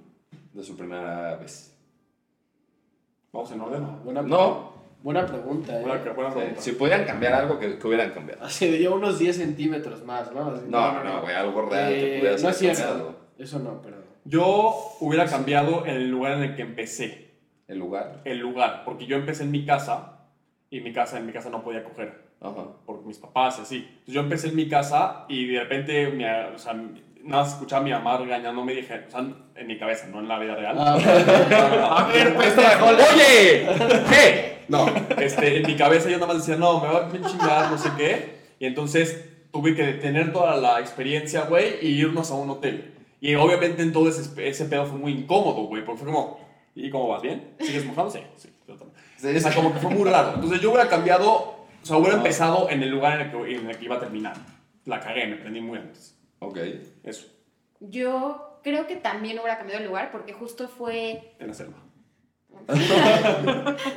de su primera vez? Vamos en orden. Buena, No, buena pregunta, eh. Buena, buena eh, pregunta. si pudieran cambiar algo, que hubieran cambiado? Así de yo unos 10 centímetros más, ¿no? Así, No, no, güey, algo real que Eh, pudieras no haber es cierto. cambiado. Eso no, perdón. Yo hubiera cambiado el lugar en el que empecé. El lugar. el lugar, porque yo empecé en mi casa y mi casa en mi casa no podía coger Ajá. por mis papás y así. Entonces yo empecé en mi casa y de repente mi- o sea, nada más escuchaba a mi mamá regañándome y dije, o sea, en mi cabeza, no en la vida real. Ah, bueno. A ver, pues trajo. ¡Oye! ¿Qué? No, este, en mi cabeza yo nada más decía, no, me va a chingar, no sé qué. Y entonces tuve que detener toda la experiencia, güey, y irnos a un hotel. Y obviamente en todo ese, ese pedo fue muy incómodo, güey, porque fue como, ¿y cómo vas? ¿Bien? ¿Sigues mojándose? Sí, yo también. O sea, como que fue muy raro. Entonces yo hubiera cambiado, o sea, hubiera empezado en el lugar en el, que, en el que iba a terminar. La cagué, me prendí muy antes. Ok. Eso, Yo creo que también hubiera cambiado el lugar porque justo fue en la selva.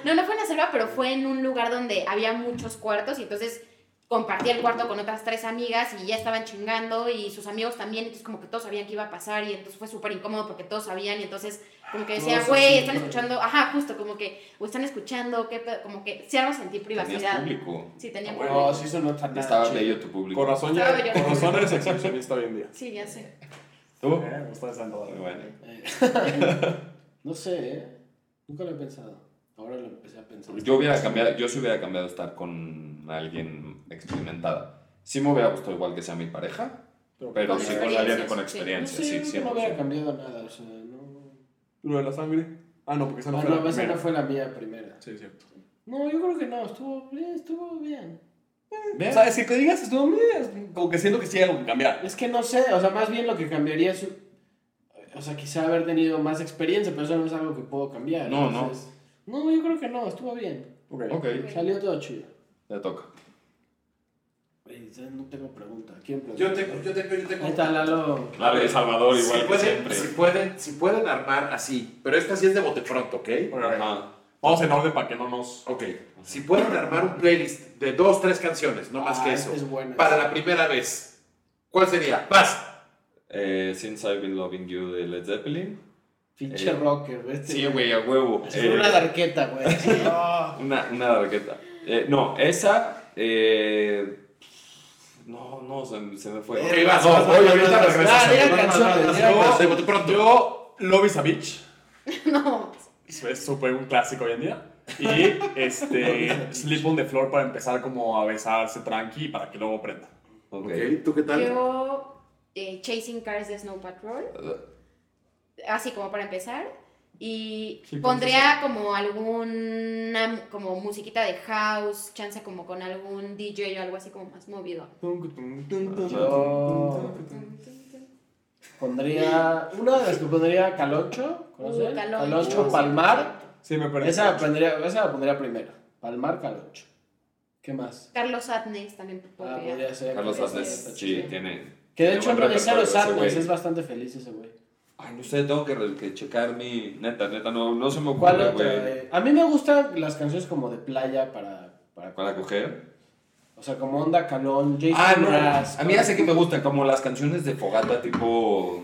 No, no fue en la selva, pero fue en un lugar donde había muchos cuartos y entonces compartía el cuarto con otras tres amigas y ya estaban chingando y sus amigos también, entonces como que todos sabían que iba a pasar y entonces fue súper incómodo porque todos sabían y entonces como que decía, Todos güey, así, están güey". escuchando, ajá, justo como que, o están escuchando, ¿qué pedo?", como que se arma sentir Tenías privacidad. público. Sí, tenía Ah, público. No, sí, eso no está nada Estaba chido. bello tu público. Con razón, ya, Estaba yo. con razón eres excepcionista hoy en día. Sí, ya sé. ¿Tú? Eh, me está desandando. Muy bueno. Eh, no sé, ¿eh? Nunca lo he pensado. Ahora lo empecé a pensar. Yo hubiera cambiado, yo sí hubiera cambiado estar con alguien experimentada. Sí me hubiera gustado igual que sea mi pareja, pero Con sí con alguien experiencias, con sí. no experiencia, sé, sí, yo creo que no hubiera 100%. cambiado nada, o sea, no... ¿Lo de la sangre? Ah, no, porque esa no Ah, fue la no, esa primera. no fue la mía primera. Sí, es cierto. No, yo creo que no, estuvo bien, estuvo bien. O Bien. sea, es que te digas, estuvo muy bien, es como que siento que sí hay algo que cambiar. Es que no sé, o sea, más bien lo que cambiaría es... O sea, quizá haber tenido más experiencia, pero eso no es algo que puedo cambiar. No, no. no. No, yo creo que no, estuvo bien. Ok. Ok, Salió todo chido. te toca. Güey, ya No tengo pregunta. ¿Quién pregunta? Yo tengo, yo tengo, yo tengo. Ahí está Lalo. Claro, El Salvador si, pueden, si, pueden, si pueden armar así, pero esta sí es de bote pronto, ¿ok? Ok, ok. Vamos en orden para que no nos... Ok, si pueden armar un playlist de dos, tres canciones, no más Ah, que eso, es buena. para la primera vez, ¿cuál sería? ¡Vas! Eh, Since I've Been Loving You de Led Zeppelin. Pinche Eh, rocker, güey. este Sí, güey, a huevo. Es Eh, una garqueta, güey. Una, una largueta. Eh, no, esa. eh, no, no, se, se me fue. Ok, vas, No, vas, vas, oye, vas, ahorita vas, regresas. vas, Ah, diga vas, vas, canciones, vas, diga vas, canciones. de bote pronto. Yo, Love is a Bitch, No, es súper un clásico hoy en día. Y este, Sleep on the Floor para empezar como a besarse tranqui para que luego prenda. Ok. Ok, ¿tú qué tal? yo eh, Chasing Cars de Snow Patrol. así como para empezar. Y Sí, pondría como alguna como musiquita de house, chance como con algún DJ o algo así como más movido. Yo pondría. Una de las que pondría Caloncho. ¿Conocen? Uh, Caloncho. Caloncho, Palmar. Sí, me parece. Esa la, pondría, esa la pondría primero. Palmar, Caloncho. ¿Qué más? Carlos Adnes también Ah, podría. podría ser. Carlos podría Aznes, ser, está sí, chido. tiene. Que de tiene hecho buen no es a repertorio los ese Adnes, güey. es bastante feliz ese güey. Ay, no sé, tengo que, re- que checar mi. Neta, neta, no, no se me ¿Cuál ocurre, otra? güey. Eh, A mí me gustan las canciones como de playa para. para, ¿Para coger? O sea, como Onda Calón, Jason Ah, no. Mraz, A mí ya sé que me gustan, como las canciones de fogata, tipo.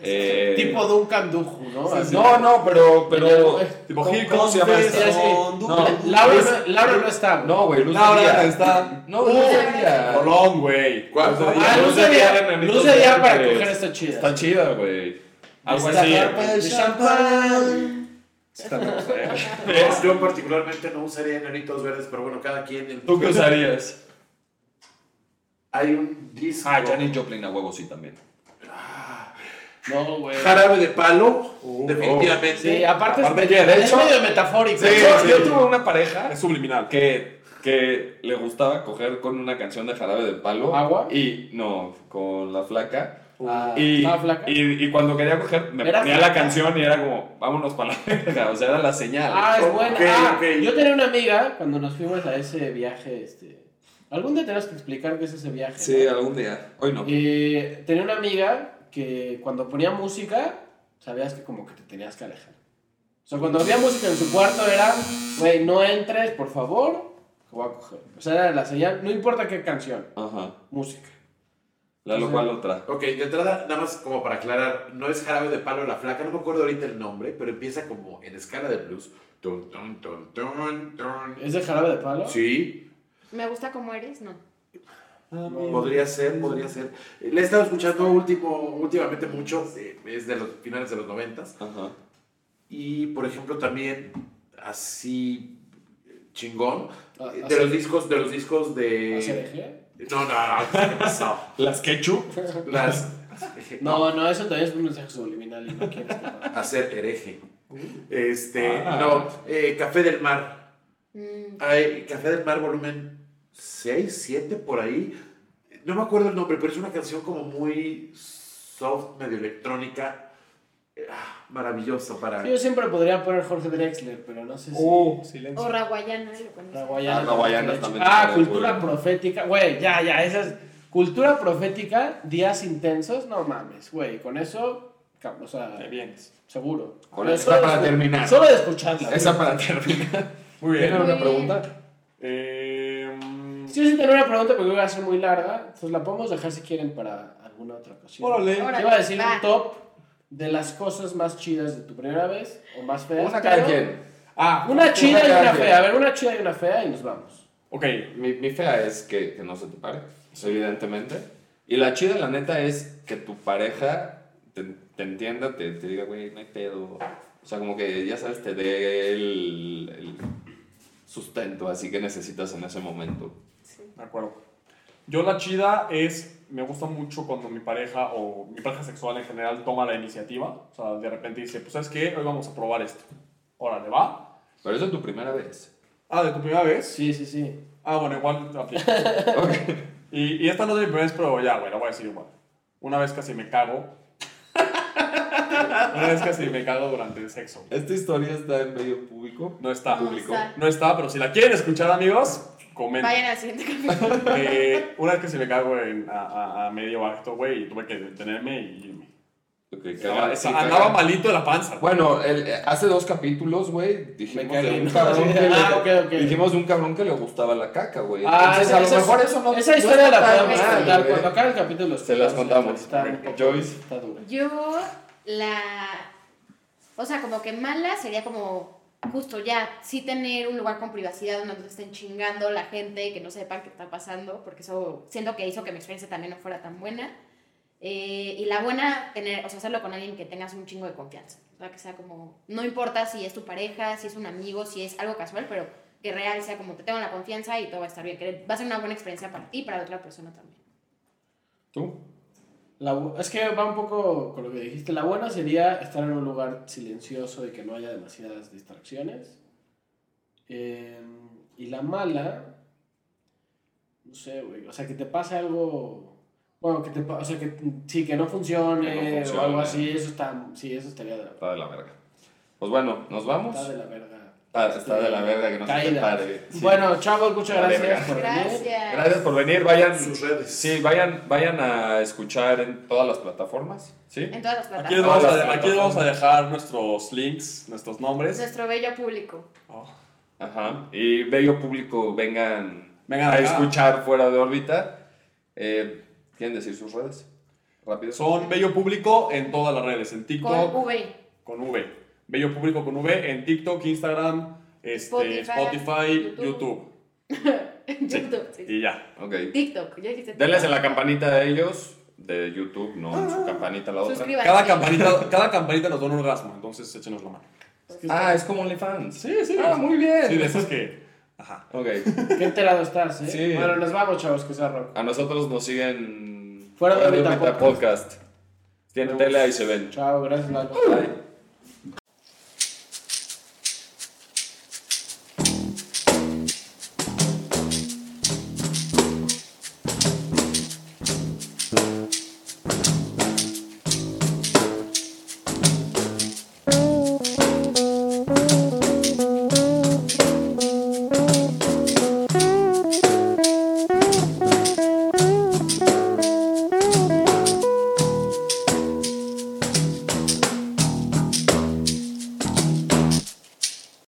eh, Tipo Duncan Duju, ¿no? Así. eh, No, no, pero. pero Tipo, ¿cómo- Here ¿Cómo Comes se llama the Sí, así. esta? Sun, No. Laura no- Laura, no está. No, güey, Luz Laura de Día. está- No, Luz de Día. Colón, güey. ¿Cuál? Luz de Ah, día. luz de día, luz de día para coger esta chida. Está chida, güey. Algo así. Destapar el champán. Yo particularmente no usaría enanitos verdes, pero bueno, cada quien. el- ¿Tú qué usarías? Hay un disco. Ah, Janis Joplin a huevo sí también. No, güey. Jarabe de palo, Uh, definitivamente. Sí, aparte, Aparte es, ya, de es hecho- medio metafórico. yo, Sí, yo tuve una pareja Es subliminal. que que le gustaba coger con una canción de jarabe de palo. ¿Agua? Y no, con la flaca. Ah, Y, ¿estaba flaca? y, y cuando quería coger, me ¿Era ponía la flaca? canción y era como, vámonos para la verga. O sea, era la señal. Ah, es buena. Ok, Ah, ok. Yo tenía una amiga cuando nos fuimos a ese viaje, este. Algún día tenemos que explicar qué es ese viaje. sí, ¿no? algún día. Hoy no. Eh, tenía una amiga que cuando ponía música, sabías que como que te tenías que alejar. O sea, cuando había música en su cuarto era, güey, no entres, por favor, que voy a coger. O sea, era la señal, no importa qué canción, Ajá. música. La lo cual otra. oh. Ok, de entrada, nada más como para aclarar, no es jarabe de palo la flaca, no me acuerdo ahorita el nombre, pero empieza como en escala de blues. Tun, tun, tun, tun, tun. ¿Es de jarabe de palo? Sí, Me gusta cómo eres, no. podría ser, podría ser. Eh, Le he estado escuchando último, últimamente mucho, eh, es de los finales de los noventas. Ajá. Y por ejemplo también así eh, chingón Ah, eh, de así- los discos de los discos ¿Hacia de elegir? no no no, ¿qué pasó? Las ketchup. las No, no, eso también es un mensaje subliminal y no quieres. que- hacer hereje Uh. este Ah. no eh, café del mar Mm, Ay, café del mar volumen 6, 7 por ahí no me acuerdo el nombre pero es una canción como muy soft medio electrónica Eh, ah, maravillosa para Yo siempre podría poner Jorge Drexler, pero no sé si. Oh, silencio. o Raguayana, lo conoces. La guayana. Ah, la guayana también Ah, está cultura muy profética. Güey, ya, ya, esas. Cultura profética, días intensos, no mames, güey. Con eso, cab- o sea, Te vienes. seguro. Con Pero esa solo para de escu- terminar. Solo de escucharla. Esa para terminar. Muy bien. ¿Tienen una Muy pregunta? Eh, mm, Si yo sí tenía una pregunta, porque iba a ser muy larga, entonces la podemos dejar si quieren para alguna otra ocasión. Órale. Te Órale, iba a decir va. un top de las cosas más chidas de tu primera vez o más feas. Una cada pero- quien. Ah, Una chida Una y una cada quien. fea. A ver, una chida y una fea y nos vamos. ok. Mi, mi fea es que, que no se te pare, pues, evidentemente. Y la chida, la neta, es que tu pareja te, te entienda, te, te diga, güey, no hay pedo. O sea, como que, ya sabes, te dé el, el sustento así que necesitas en ese momento. De acuerdo. Yo la chida es, me gusta mucho cuando mi pareja o mi pareja sexual en general toma la iniciativa. O sea, de repente dice, pues ¿sabes qué? Hoy vamos a probar esto. Órale, va. Pero eso es tu primera vez. Ah, ¿de tu primera vez? Sí, sí, sí. Ah, bueno, igual te aplico. y, y esta no es mi primera vez, pero ya, güey, la voy a decir igual. Una vez casi me cago. Una vez casi me cago durante el sexo. Esta historia está en medio público. No está. No está. No está, pero si la quieren escuchar, amigos, comenten. Vayan al siguiente capítulo. Eh, una vez que se me cago en, a, a- a medio acto, güey, y tuve que detenerme y irme. Ok, Estaba- Ah, caga- sí, caga. andaba malito de la panza. güey. Bueno, el- eh, hace dos capítulos, güey, dijimos cagué, de un ¿no? cabrón que le- Ah, ok, ok. dijimos de un cabrón que le gustaba la caca, güey. Ah, Entonces, esa- a lo esa- mejor eso no Esa no historia está la tan podemos mal, contar. güey. Cuando acabe el capítulo, Se las contamos. Está un poco- Joyce. Está dura. Yo, la. O sea, como que mala sería como. Justo ya, sí tener un lugar con privacidad donde no te estén chingando la gente, que no sepan qué está pasando, porque eso siento que hizo que mi experiencia también no fuera tan buena. Eh, y la buena, tener, o sea, hacerlo con alguien que tengas un chingo de confianza. O sea, que sea como, no importa si es tu pareja, si es un amigo, si es algo casual, pero que real sea como, te tengo la confianza y todo va a estar bien. Que va a ser una buena experiencia para ti y para la otra persona también. ¿Tú? La bu- es que va un poco con lo que dijiste. La buena sería estar en un lugar silencioso y que no haya demasiadas distracciones. Eh, y la mala, no sé, güey. O sea, que te pase algo. Bueno, que te pa- o sea, que sí, que no funcione, Que no o algo funcione. así. Eso está, sí, eso estaría de la, Está de la verga. Pues bueno, ¿nos vamos? está de la verga. Ah, está de la verga, que no se te Caída. pare. Sí. Bueno, chavos, muchas La gracias verga. por venir. Gracias. Gracias por venir, vayan... sus redes Sí, vayan, vayan a escuchar en todas las plataformas, ¿sí? En todas las Aquí plataformas. les, vamos Todas a, las aquí les vamos a dejar nuestros links, nuestros nombres. Nuestro bello público. Oh, Ajá. Y bello público, vengan, Vengan a acá. escuchar fuera de órbita. Eh, ¿Quieren decir sus redes? Rápido. Son Bello Público en todas las redes, en Con TikTok V. con V. Bello Público con V en TikTok, Instagram, este, Spotify, Spotify, YouTube. YouTube. YouTube. sí. Y ya. Ok. TikTok. Ya dijiste. Denles en TikTok. la campanita de ellos, de YouTube, no en Ah. su campanita la otra. Suscríbanse. Cada campanita, cada campanita nos da un orgasmo, entonces échenos la mano. Ah, es como OnlyFans. Sí, sí. Ah, muy bien. Sí, de esas que. Ajá. Ok. Qué enterado estás, ¿eh? Sí. Bueno, nos vamos, chavos, que sea rock. A nosotros nos siguen Fuera de órbita Órbita Podcast. Tienen tela y se ven. Chao, gracias, Lalo. Bye.